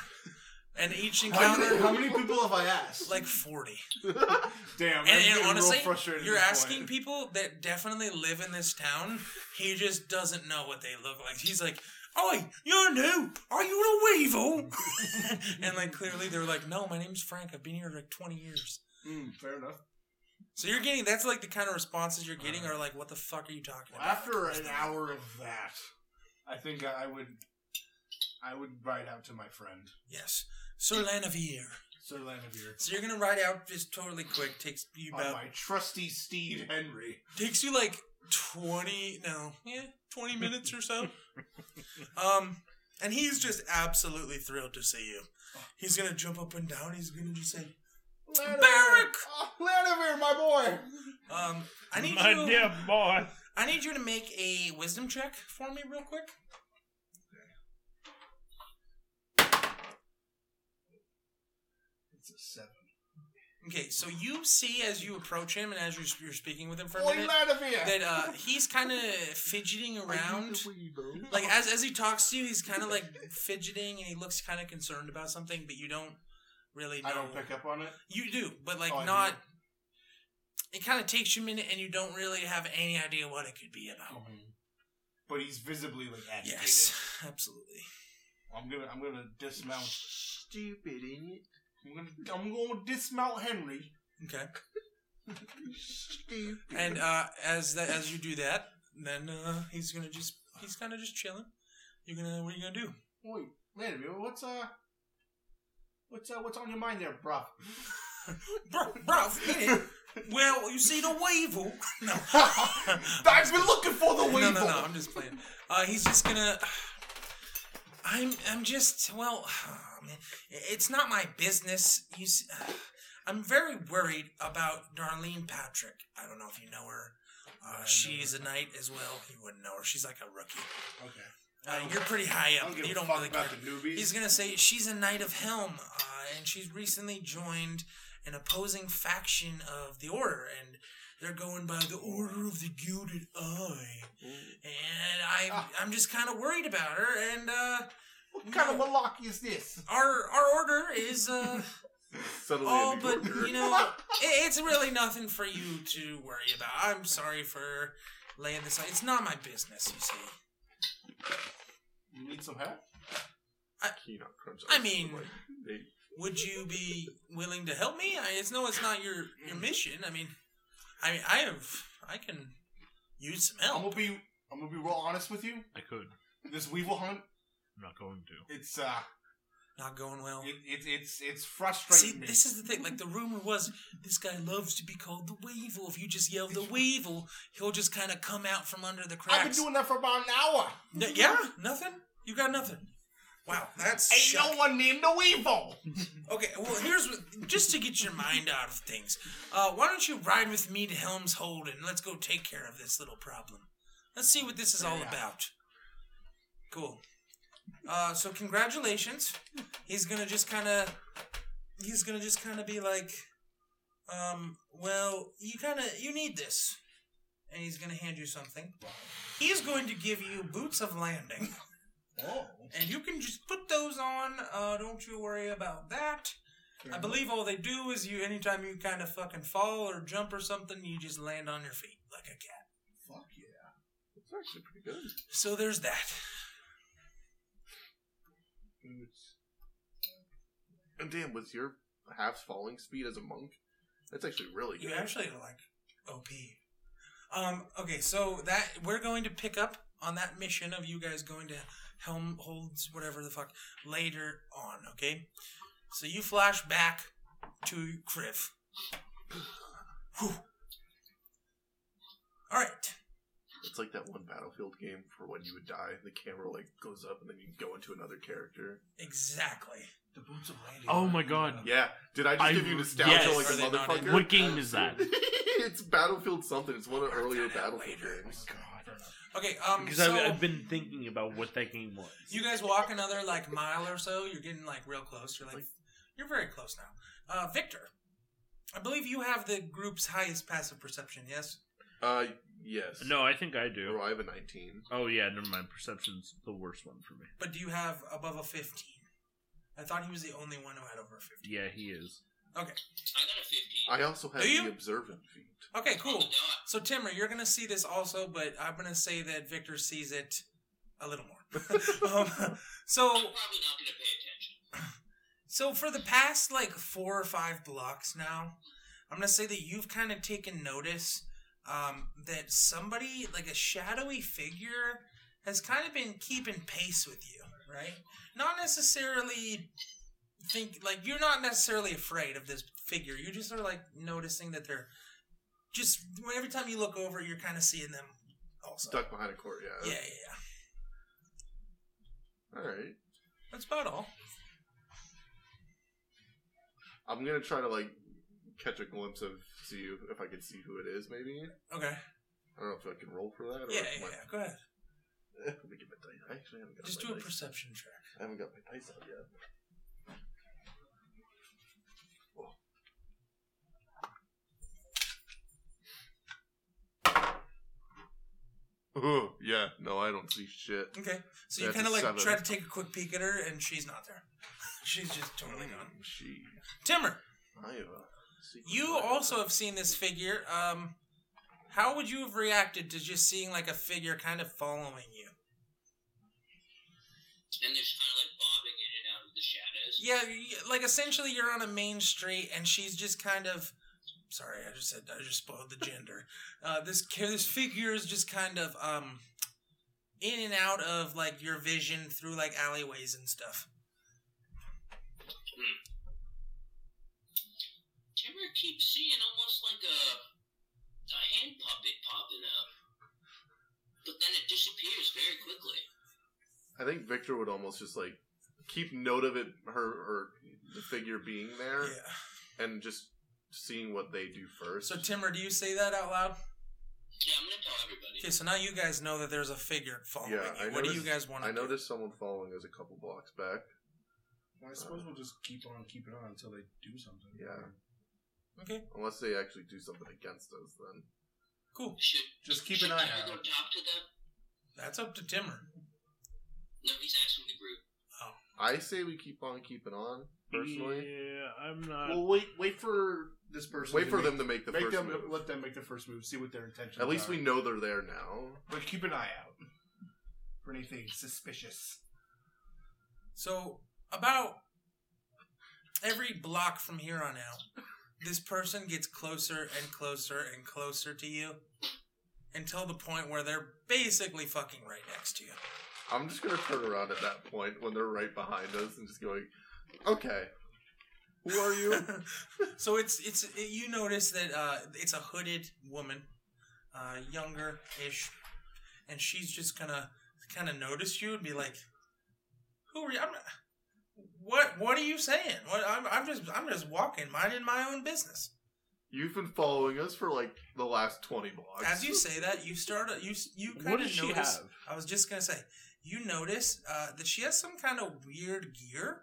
and each
how many, how
encounter
many people have I asked?
like forty.
damn,
And,
I'm
and
getting real
honestly,
frustrated at
you're
this
asking
point.
people that definitely live in this town. He just doesn't know what they look like. He's like. Oi, you're new. Are you a weevil? and like clearly they were like, no, my name's Frank. I've been here like 20 years.
Mm, fair enough.
So you're getting that's like the kind of responses you're getting are like, what the fuck are you talking about?
Uh-huh. After an hour of that, I think I would, I would ride out to my friend
Yes, Sir Lanavere.
Sir Lanavere
So you're gonna ride out just totally quick. Takes you
on
about
uh, Oh my trusty steed Henry.
takes you like twenty no yeah twenty minutes or so. Um, and he's just absolutely thrilled to see you. He's gonna jump up and down. He's gonna just say, "Barrack,
Oh, Lanavere, my boy.
um, I need
my
you.
dear boy.
I need you to make a wisdom check for me real quick."
It's a seven.
Okay, so you see as you approach him and as you're, you're speaking with him for a
Boy,
minute
Lanavere.
that uh, he's kind of fidgeting around. like as as he talks to you, he's kind of like fidgeting and he looks kind of concerned about something, but you don't really. Know.
I don't pick up on it.
You do, but like
Oh, I do.
not. It kind of takes you a minute, and you don't really have any idea what it could be
Oh,
about.
But he's visibly like agitated.
Yes, absolutely.
I'm gonna I'm gonna dismount.
Stupid, ain't it?
I'm gonna I'm gonna dismount Henry.
Okay,
Stupid.
and uh, as that as you do that, then uh, he's gonna just he's kind of just chilling. You're gonna what are you gonna do?
Wait, wait a minute. What's uh, what's uh, what's on your mind there, bruv?
Bro, bro, Well, you see the weevil. No.
I've been looking for the
no, no,
weevil.
no. I'm just playing. Uh, he's just gonna. I'm. I'm just. Well, man, it's not my business. You. See, I'm very worried about Darlene Patrick. I don't know if you know her. Uh, she's a knight as well. You wouldn't know her. She's like a rookie.
Okay.
Uh, you're pretty high
I
up.
don't give
you
a
don't
fuck
really care.
about the newbies.
He's gonna say she's a knight of Helm, uh, and she's recently joined an opposing faction of the Order, and they're going by the Order of the Gilded Eye. And I,
Ah.
I'm just kind of worried about her. And uh,
What kind of malarkey is this?
our our order is uh,
Suddenly,
all
a
Oh,
New
but
Yorker.
you know, i it's really nothing for you to worry about. I'm sorry for laying this on. It's not my business, you see.
You need some help?
Key not crunch.
I mean-
Like, they,
would you be willing to help me? I, it's no, it's not your your mission. I mean, I mean, I have, I can use some
I'm
help.
gonna be I'm gonna be real honest with you.
I could.
This weevil hunt,
I'm not going to.
it's uh,
Not going well.
it, it, it's it's frustrating
See,
me.
this is the thing. Like the rumor was, this guy loves to be called the Weevil. If you just yell the Weevil, he'll just kind of come out from under the
I've been
cracks.
doing that for about an hour.
N- yeah, nothing. You got nothing. Wow, that's
Ain't
shocking.
no one named the weevil.
Okay, well, here's what, just to get your mind out of things. Uh, why don't you ride with me to Helm's Hold and let's go take care of this little problem? Let's see what this is all
Yeah.
about. Cool. Uh, so congratulations. He's gonna just kind of, he's gonna just kind of be like, um, well, you kind of you need this, and he's gonna hand you something. He's going to give you boots of landing.
Oh,
And you can just put those on. Uh, don't you worry about that. I believe all they do is you. Anytime you kind of fucking fall or jump or something, you just land on your feet like a cat.
fuck yeah.
it's actually pretty good.
So there's that.
Boots. And damn, with your half falling speed as a monk, that's actually really good.
You actually are like OP. Um. Okay. So that we're going to pick up on that mission of you guys going to Helmholtz, whatever the fuck, later on. Okay. So you flash back to Criff. Whew. All right.
It's like that one battlefield game for when you would die, the camera like goes up and then you go into another character.
Exactly.
The boots of landing.
Oh my God.
Yeah, did I just
I-
give you nostalgia
yes.
like a
Are they not in-
motherfucker?
What game is that?
it's Battlefield something. It's one of the
Work
earlier
on that
Battlefield
Oh
later.
games.
Okay, um,
Because
so
I've, I've been thinking about what that game was.
you guys walk another like mile or so. You're getting like real close. You're like, you're very close now. Uh, Victor, I believe you have the group's highest passive perception. Yes.
Uh, yes.
No, I think I
Oh,
do.
I have a 19.
Oh yeah, never mind. Perception's the worst one for me.
But do you have above a fifteen? I thought he was the only one who had over a fifteen.
Yeah, he is.
I got a 15.
I also have
Do you?
the observant feat.
Okay,
On
cool.
the dot.
So Timmer, you're gonna see this also, but I'm gonna say that Victor sees it a little more. um, so
I'm probably not going to pay attention.
So for the past like four or five blocks now, I'm gonna say that you've kind of taken notice um, that somebody, like a shadowy figure, has kind of been keeping pace with you, right? Not necessarily think like you're not necessarily afraid of this figure. You just are like noticing that they're just every time you look over, you're kind of seeing them also.
Stuck behind a court,
Yeah,
yeah.
yeah, yeah.
Alright.
That's about all.
I'm gonna try to like catch a glimpse of, see if I can see who it is, maybe.
Okay.
I don't know if I can roll for that. Or
Yeah,
if
yeah,
my,
yeah. Go ahead.
Let me get my dice. I actually haven't got
Just
my
do a
dice.
perception check.
I haven't got my dice out yet. Oh. Oh, yeah. No, I don't see shit.
Okay. So you
That's
kind of
a
like
seven.
try to take a quick peek at her, and she's not there. She's just totally gone.
Mm, She.
Timmer,
I, uh, see-
you also have seen this figure. Um, how would you have reacted to just seeing like a figure kind of following you?
And they're just kind of like
Yeah,
bobbing in and out of the shadows.
you- like essentially you're on a main street, and she's just kind of. Sorry, I just said I just spoiled the gender. Uh, this ca- this figure is just kind of um, in and out of like your vision through like alleyways and stuff.
Timmer Timber keeps seeing almost like a a hand puppet popping up, but then it disappears very quickly.
I think Victor would almost just like keep note of it, her her the figure being there,
Yeah.
and just seeing what they do first.
So Timmer, do you say that out loud?
Yeah, I'm gonna tell everybody.
Okay, so now you guys know that there's a figure following
yeah, I
you. What do you
noticed-
guys want to
I
do?
noticed someone following us a couple blocks back.
Well, I suppose we'll just keep on keeping on until they do something.
Yeah.
Okay,
Unless they actually do something against us, then
cool.
Should
Just keep
should
an eye
Timber
out.
go talk to them?
That's up to Timmer.
No, he's asking the group.
I say we keep on keeping on. Personally,
yeah, I'm not.
Well, wait, wait for this person.
wait
to
for
make-
them to make the
make
first
them
move.
let them make the first move. See what their intentions.
At least
are.
we know they're there now.
But keep an eye out for anything suspicious.
So about every block from here on out, this person gets closer and closer and closer to you until the point where they're basically fucking right next to you.
I'm just gonna turn around at that point when they're right behind us and just going, "Okay, who are you?"
so it's it's it, you notice that uh, it's a hooded woman, uh, younger ish, and she's just gonna kind of notice you and be like, "Who are you? I'm not, what What are you saying? What I'm I'm just I'm just walking, minding my own business."
You've been following us for like the last twenty blocks.
As you say that, you start you s- you kind
what
of
does she
notice.
have?
I was just gonna say, you notice uh, that she has some kind of weird gear.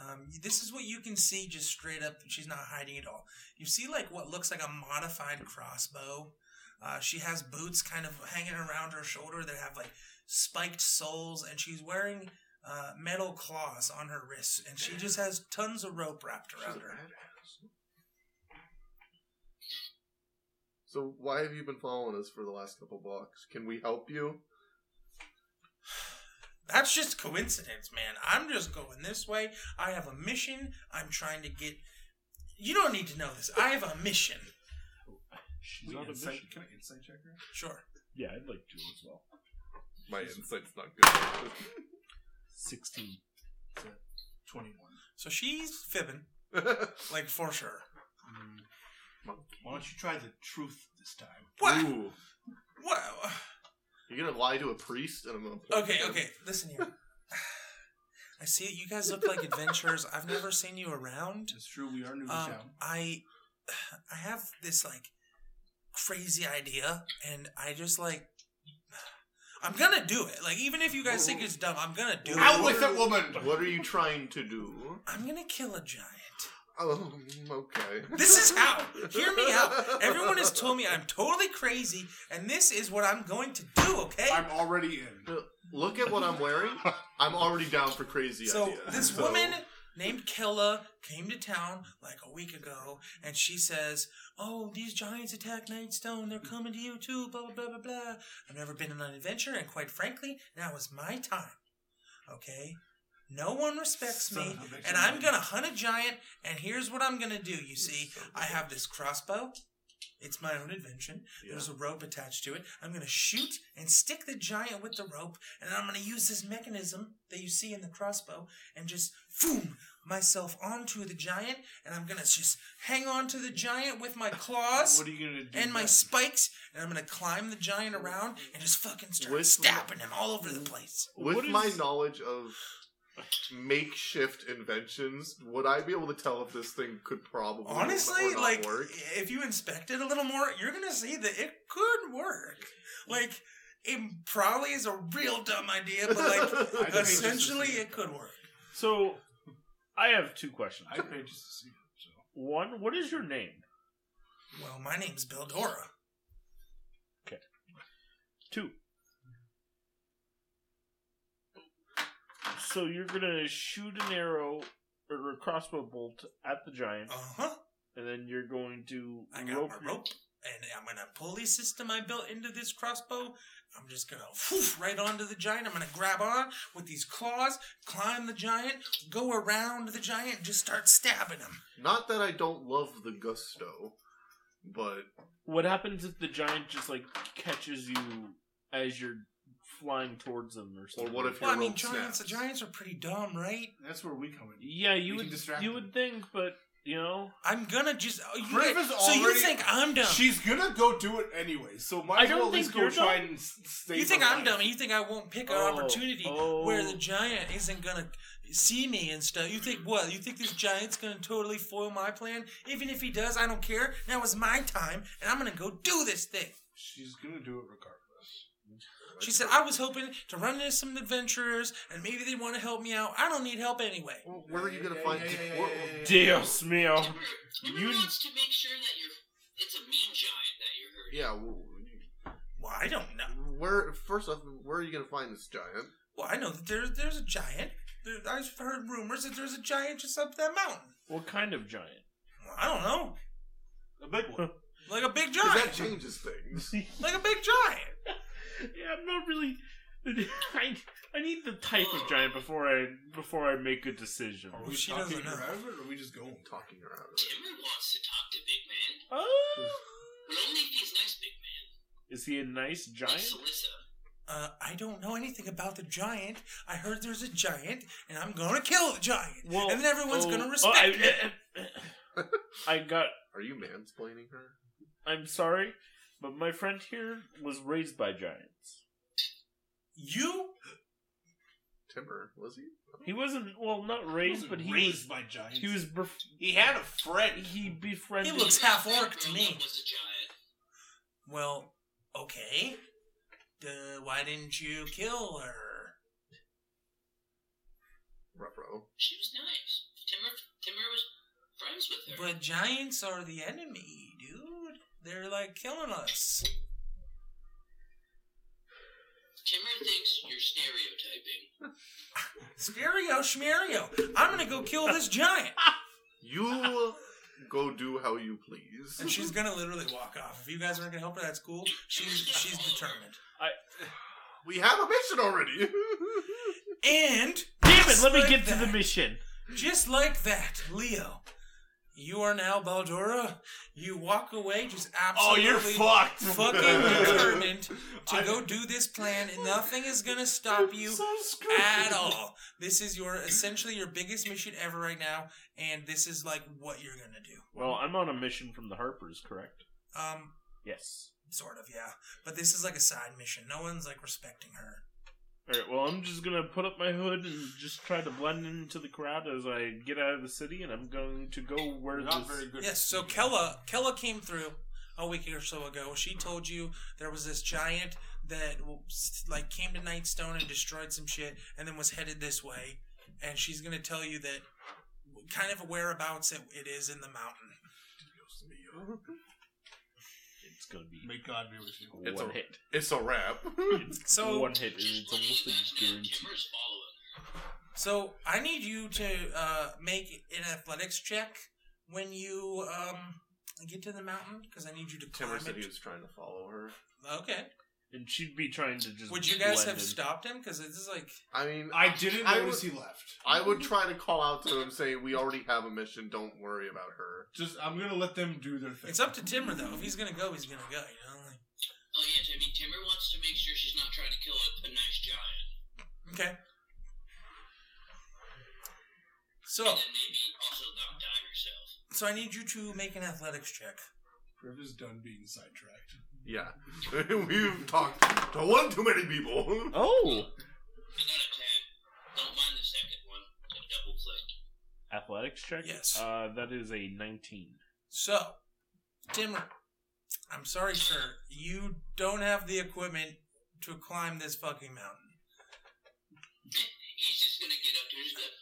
Um, this is what you can see just straight up. She's not hiding at all. You see like what looks like a modified crossbow. Uh, she has boots kind of hanging around her shoulder that have like spiked soles, and she's wearing uh, metal claws on her wrists, and she just has tons of rope wrapped
She's a
around her.
badass. So why have you been following us for the last couple blocks? Can we help you?
That's just coincidence, man. I'm just going this way. I have a mission. I'm trying to get. You don't need to know this. I have a mission.
She's
We
on a
insight-
mission.
Can I insight check her?
Sure.
Yeah, I'd like to as well.
My insight's not good.
Sixteen.
Twenty-one.
So she's fibbing, like for sure.
Mm.
Monkey.
Why don't you try the truth this time?
What?
Ooh,
What?
you're gonna lie to a priest and I'm gonna. point
Okay,
at him?
okay. Listen here. I see you guys look like adventurers. I've never seen you around.
It's true. We are new to
Um,
town.
I, I have this like crazy idea, and I just like. I'm gonna do it. Like, even if you guys think it's dumb, I'm gonna do it.
Out with that woman!
What are you trying to do?
I'm gonna kill a giant.
Oh, okay.
This is how. Hear me out. Everyone has told me I'm totally crazy, and this is what I'm going to do. Okay.
I'm already in.
Uh, Look at what I'm wearing. I'm already down for crazy
so
ideas.
this
So-
woman named Killa came to town like a week ago, and she says, "Oh, these giants attack Nightstone. They're coming to you too." Blah blah blah blah blah. I've never been on an adventure, and quite frankly, now is my time. Okay. No one respects
Son
me,
of a bitch,
and
I'm
I'm gonna hunt a giant. And here's what I'm gonna do. You see, I have this crossbow. It's my own invention.
Yeah.
There's a rope attached to it. I'm going to shoot and stick the giant with the rope, and I'm going to use this mechanism that you see in the crossbow and just boom myself onto the giant, and I'm going to just hang on to the giant with my claws
What are you gonna do?
and my
then?
spikes, and I'm going to climb the giant around and just fucking start
With-
stabbing him all over the place.
With
What
my
is-
knowledge of makeshift inventions, would I be able to tell if this thing could probably or
Honestly,
not
like
work?
if you inspect it a little more, you're gonna see that it could work. Like it probably is a real dumb idea, but like
I paid just to
essentially
see
it could work.
So, I have two questions.
I paid just to see her. So
One, what is your name?
Well, my name's Bill Dora.
Two. So you're gonna shoot an arrow or a crossbow bolt at the giant,
Uh huh.
and then you're going to
I got
rope.
my rope, and I'm gonna pulley system I built into this crossbow. I'm just gonna whoosh right onto the giant. I'm gonna grab on with these claws, climb the giant, go around the giant, and just start stabbing him.
Not that I don't love the gusto, but
What happens if the giant just like catches you as you're flying towards them, or something?
what if
Well, I mean,
rope
giants.
snaps.
Giants are pretty dumb, right?
that's where we come in.
Yeah, you
We can
would
distract
you
them.
would think, but You know,
I'm gonna just. oh, You
Griff
guys-
is
so you
already-
think I'm dumb?
She's gonna go do it anyway, so might
I
as
don't
well at least
think
go
you're
try
dumb.
and s- save.
you think
her
I'm
life.
dumb? and You think I won't pick an
Oh,
opportunity
oh.
where the giant isn't gonna see me and stuff? You think what? You think this giant's gonna totally foil my plan? Even if he does, I don't care. Now it's my time, and I'm gonna go do this thing.
She's gonna do it regardless.
She said, "I was hoping to run into some adventurers, and maybe they want to help me out. I don't need help anyway."
Well, where are you gonna
Yeah,
find?
yeah, yeah,
where-
yeah, yeah, yeah.
Dios mio.
Timber, Timber
Oh, You-
wants to make sure that you're. It's a mean giant that you're hurting.
yeah, wh-
Well, I don't know.
Where first off, where are you gonna find this giant?
Well, I know that there, there's a giant. There, I've heard rumors that there's a giant just up that mountain.
What kind of giant?
Well, I don't know,
A big one.
like a big
'Cause
giant,
that changes things.
like a big giant.
Yeah, I'm not really. I, I need the type of giant before I before I make a decision.
Are
Well,
we
she
talking
doesn't know.
around it, or are we just going?
Talking around. it.
Timber wants to talk to Big Man,
Oh.
but only if he's nice, Big Man.
Is he a nice
Like
giant?
Salissa.
Uh, I don't know anything about the giant. I heard there's a giant, and I'm gonna kill the giant,
Well,
and then everyone's
oh,
gonna
oh,
respect me.
I, I got.
Are you mansplaining her?
I'm sorry, but my friend here was raised by giants.
you?
Timber was he?
He wasn't well, not
He
raised,
wasn't
but he
raised
was.
by giants.
He was. Bef-
He had a friend.
he befriended.
He looks
Even
half
if that
orc to
grown
me.
up Was a giant.
Well, okay. Duh, why didn't you kill her?
Ruffro.
She was nice. Timber, Timber was friends with her.
But giants are the enemy, dude. They're like killing us.
Timber thinks you're stereotyping.
Scario Schmario, I'm gonna go kill this giant.
You go do how you please.
And she's gonna literally walk off. If you guys aren't gonna help her, that's cool. She's she's determined.
we have a mission already.
And
Damn it! Let me
just
get to
like
the
that-
mission.
Just like that, Leo. You are now Baldora. You walk away just
oh,
absolutely
you're fucked.
fucking determined to
I-
go do this plan, and nothing is gonna stop you.
So screwed.
at all. This is your essentially your biggest mission ever right now, and this is like what you're gonna do.
Well, I'm on a mission from the Harpers, correct?
Um,
Yes.
sort of, yeah. But this is like a side mission. No one's like respecting her.
All right. Well, I'm just gonna put up my hood and just try to blend into the crowd as I get out of the city, and I'm going to go where
Not
this.
very good.
Yes. So Kella, Kella came through a week or so ago. She told you there was this giant that like came to Nightstone and destroyed some shit, and then was headed this way. And she's gonna tell you that kind of whereabouts it, it is in the mountain.
It's gonna be
May God be with you.
one
It's a-
hit.
it's a wrap.
It's
So-
one hit, and
Just
it's
what do you
almost
guys
a
know?
guarantee.
Timber's following.
So I need you to uh, make an athletics check when you um, get to the mountain because I need you to climb
Timber said he
it.
was trying to follow her.
Okay.
And she'd be trying to just.
Would you guys
blend
have
in.
stopped him? Because this is like
I mean,
I didn't
I
notice
would-
he left.
I would try to call out to him, say, "We already have a mission. Don't worry about her."
Just I'm gonna let them do their thing.
it's up to Timber though. If he's gonna go, he's gonna go. You know. Like,
Oh yeah, I mean Timber wants to make sure she's not trying to kill a, a nice giant.
okay. So, Oh.
And then maybe also not die herself.
so I need you to make an athletics check.
Griff is done being sidetracked.
Yeah, we've talked to one too many people.
Oh!
I got a ten. Don't mind the second one. A double click.
Athletics check?
Yes.
Uh, that is a 19.
So, Timber, I'm sorry, sir. You don't have the equipment to climb this fucking mountain.
He's just gonna get up to her. Just like,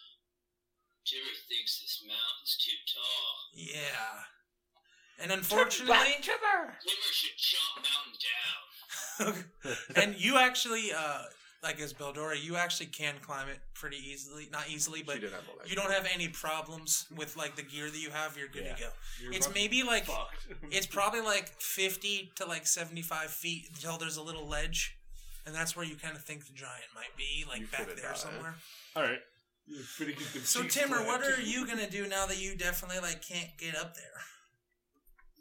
Timber thinks this mountain's too tall.
Yeah. And unfortunately,
Timber should chop mountain down.
and you actually, uh, like as Beldora, you actually can climb it pretty easily. Not easily, but
she did have all that.
you don't have any problems with like the gear that you have. You're good
Yeah.
to go.
You're
It's
fucking
maybe like
fucked.
it's probably like 50 to like 75 feet until there's a little ledge, and that's where you kind of think the giant might be, like
You
back
could
there
die.
somewhere.
Alright.
You're pretty good.
So Timmer, what are you gonna do now that you definitely like can't get up there?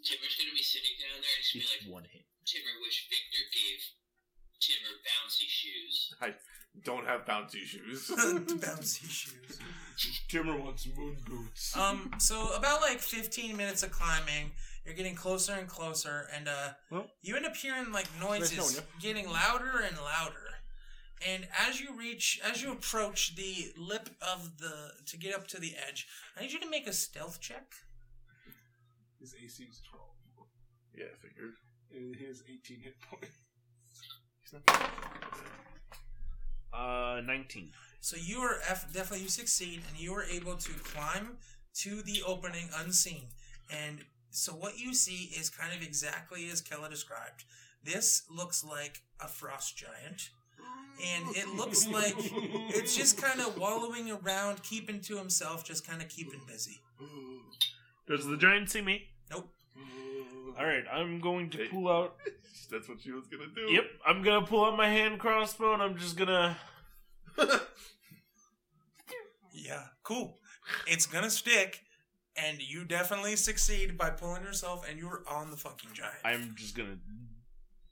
Timber's gonna be sitting down there and just be
It's
like,
one hit.
Timber wish Victor gave Timber bouncy shoes.
I don't have bouncy shoes.
Bouncy shoes.
Timmer wants moon boots.
Um, so about like 15 minutes of climbing, you're getting closer and closer, and uh,
Well-
you end up hearing like noises
going,
getting louder and louder. And as you reach, as you approach the lip of the to get up to the edge, I need you to make a stealth check.
His AC is 12.
Yeah, I figured.
And he has 18 hit points.
Uh, 19.
So you are eff- definitely you succeed, and you are able to climb to the opening unseen. And so what you see is kind of exactly as Kella described. This looks like a frost giant, and it looks like it's just kind of wallowing around, keeping to himself, just kind of keeping busy.
Does the giant see me?
Nope.
Alright, I'm going to
Hey.
pull out.
That's what she was gonna do.
Yep, I'm gonna pull out my hand crossbow and I'm just gonna.
Yeah, cool. It's gonna stick, and you definitely succeed by pulling yourself, and you're on the fucking giant.
I'm just gonna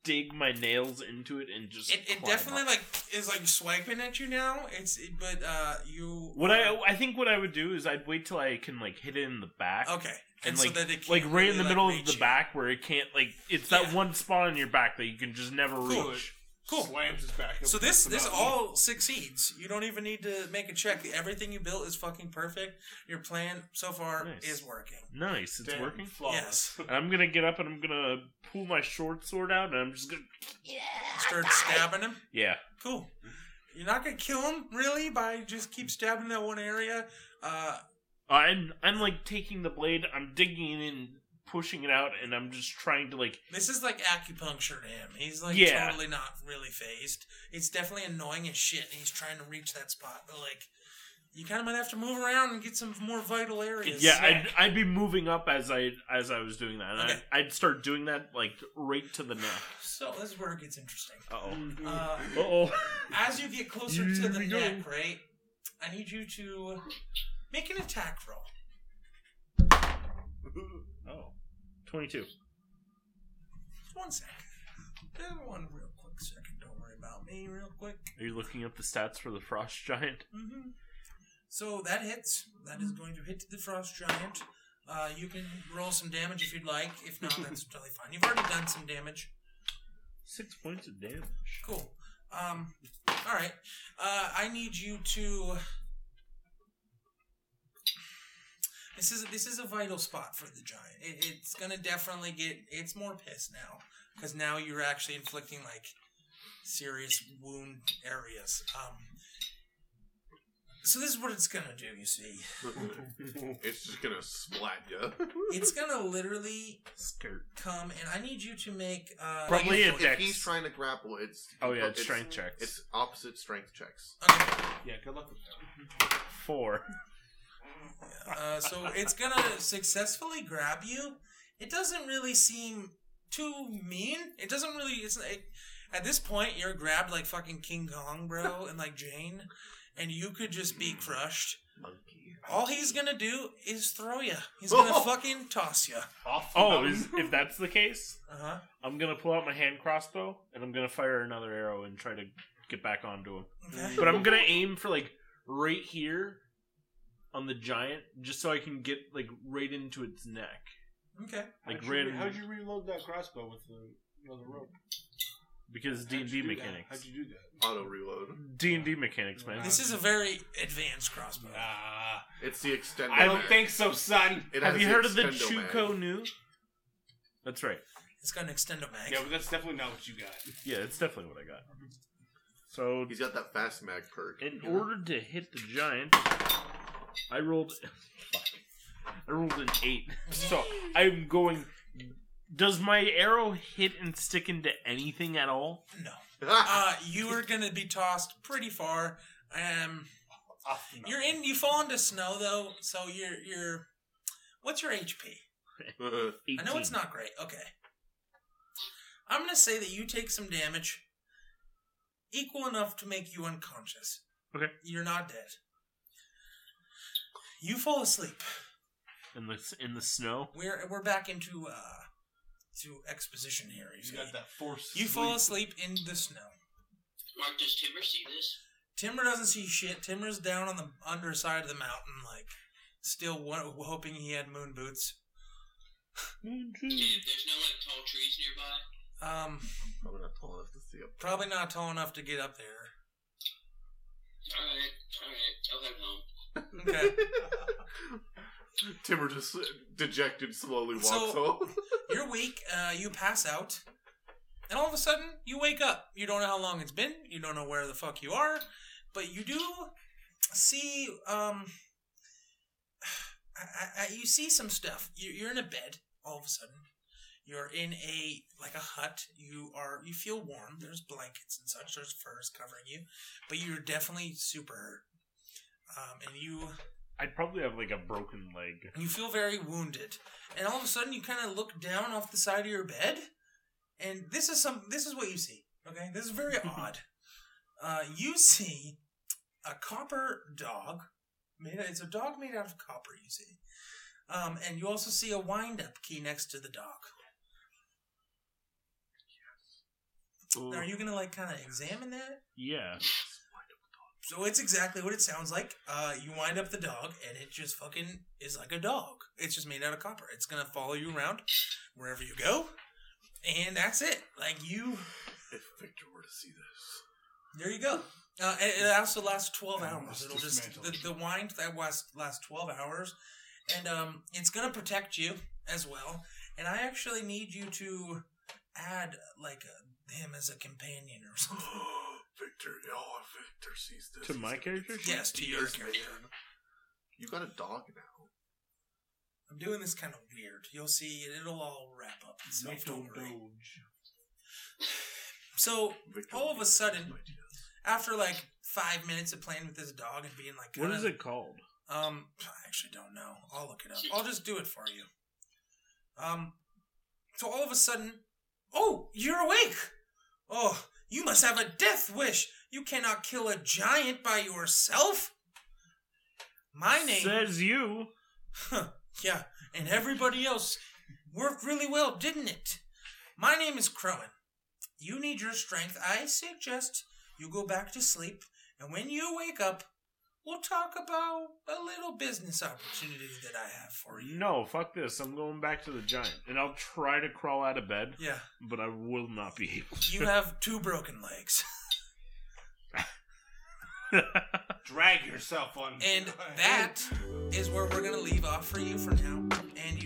dig my nails into it and just.
It, it
climb
definitely
up.
like is like swiping at you now. It's but uh you
What I I think what I would do is I'd wait till I can like hit it in the back.
okay
And,
so that it
Like
can't
right
really,
in the middle
reach
of the
you.
back where it can't like it's that
Yeah.
one spot on your back that you can just never
Cool.
reach.
Cool.
Slams his back. up
So this
against
this
the mountain.
all succeeds. You don't even need to make a check. Everything you built is fucking perfect. Your plan so far
Nice.
is working.
Nice, it's
Damn,
working.
Flawless.
And I'm gonna get up and I'm gonna pull my short sword out and I'm just gonna
Start stabbing him.
yeah.
Cool. You're not gonna kill him really by just keep stabbing that one area. Uh,
I'm I'm like taking the blade, I'm digging in and pushing it out, and I'm just trying to like
This is like acupuncture to him. He's like
Yeah.
totally not really phased. It's definitely annoying as shit, and he's trying to reach that spot. But like, you kind of might have to move around and get some more vital areas.
yeah. I'd, I'd be moving up as I as I was doing that. And
Okay.
I, I'd start doing that like right to the neck.
So this is where it gets interesting.
Uh oh.
Uh,
Uh oh.
as you get closer to
Here
the
we go.
neck, right? I need you to make an attack roll.
Oh. 22.
Just one sec. Just One real quick second. Don't worry about me, real quick.
Are you looking up the stats for the frost giant?
hmm So that hits. That is going to hit the frost giant. Uh, you can roll some damage if you'd like. If not, that's totally fine. You've already done some damage.
Six points of damage.
Cool. Um, all right. Uh, I need you to. This is this is a vital spot for the giant. It, it's gonna definitely get. It's more pissed now because now you're actually inflicting like serious wound areas. Um, so this is what it's gonna do. You see,
it's just gonna splat you.
it's gonna literally
Skirt.
come, and I need you to make. Uh,
Probably a
if
dex.
he's trying to grapple, it's
Oh yeah, it's strength checks.
It's opposite strength checks.
okay.
Yeah, good luck with that.
four.
Uh, so it's gonna successfully grab you. It doesn't really seem too mean. It doesn't really. It's it, at this point you're grabbed like fucking King Kong, bro, and like Jane, and you could just be crushed.
Monkey.
All he's gonna do is throw you. He's gonna
Oh.
fucking toss you.
Off the
Oh,
mountain.
is, if that's the case,
Uh huh.
I'm gonna pull out my hand crossbow and I'm gonna fire another arrow and try to get back onto him.
Okay.
But I'm gonna aim for like right here on the giant, just so I can get like right into its neck.
Okay.
Like
how'd,
right
you,
in-
how'd you reload that crossbow with the another rope?
because
How'd
D and D
you do that? How'd
mechanics.
you do that?
Auto reload.
D and D mechanics, man.
This is a very advanced crossbow.
Nah,
Ah,
It's the extendo.
I don't
mag.
think so, son.
It
Have
has
you heard of the
extendo mag.
Chuko Nu? That's right.
It's got an extendo mag.
Yeah, but that's definitely not what you got.
Yeah, it's definitely what I got. So
He's got that fast mag perk.
In
Yeah.
order to hit the giant, I rolled. I rolled an eight. So I'm going. Does my arrow hit and stick into anything at all?
No. Uh, you are gonna be tossed pretty far. Um.
Off the
You're
mountain.
in. You fall into snow though, so you're you're. What's your HP? I know it's
18.
not great. Okay. I'm gonna say that you take some damage, equal enough to make you unconscious.
Okay.
You're not dead. You fall asleep.
in the in the snow.
We're we're back into uh to exposition here. You,
You got that force.
you fall
sleep.
asleep in the snow.
Mark, does Timber see this?
Timber doesn't see shit. Timber's down on the underside of the mountain, like still wa- hoping he had moon boots.
Dude, there's no like tall trees nearby.
Um,
Probably not tall enough to see up.
probably not tall enough to get up there.
Alright, alright, I'll head home.
Okay.
Timber just uh, dejected slowly walks
So-
home.
You're weak. Uh, you pass out, and all of a sudden you wake up. You don't know how long it's been. You don't know where the fuck you are, but you do see. Um, I, I, I- you see some stuff. You, you're in a bed. All of a sudden, you're in a like a hut. You are. You feel warm. There's blankets and such. There's furs covering you, but you're definitely super hurt. Um, and you
I'd probably have like a broken leg.
you feel very wounded, and all of a sudden you kind of look down off the side of your bed, and this is some. This is what you see. Okay, this is very odd. Uh, you see a copper dog. Made, it's a dog made out of copper. You see, um, and you also see a wind-up key next to the dog. Now, are you gonna like kind of examine that?
Yeah.
So it's exactly what it sounds like. Uh, you wind up the dog, and it just fucking is like a dog. It's just made out of copper. It's gonna follow you around wherever you go, and that's it. Like you,
If Victor were to see this,
there you go. Uh, and it also lasts twelve
Yeah,
hours.
it's
It'll just the,
dismantled.
the wind that lasts lasts twelve hours, and um, it's gonna protect you as well. And I actually need you to add like a, him as a companion or something.
Victor, oh, if Victor sees this
To
he's
my
gonna
character
get
sheet? Yes, to your
furious,
character.
man. You got a dog now.
I'm doing this kind of weird. You'll see, it'll all wrap up itself. Don't worry. So
Victor
All
will
of a
get
sudden-
some ideas.
after like five minutes of playing with this dog and being like,
What
kinda-
is it called?
Um, I actually don't know. I'll look it up. I'll just do it for you. Um, so all of a sudden, oh, you're awake. Oh, you must have a death wish. You cannot kill a giant by yourself. My name.
says you.
Huh, yeah, and everybody else worked really well, didn't it? My name is Crowan. You need your strength. I suggest you go back to sleep, and when you wake up, we'll talk about a little business opportunity that I have for you.
No, fuck this. I'm going back to the giant, and I'll try to crawl out of bed,
Yeah,
but I will not be able to.
you have two broken legs,
Drag yourself on.
and that is where we're gonna leave off for you for now. And you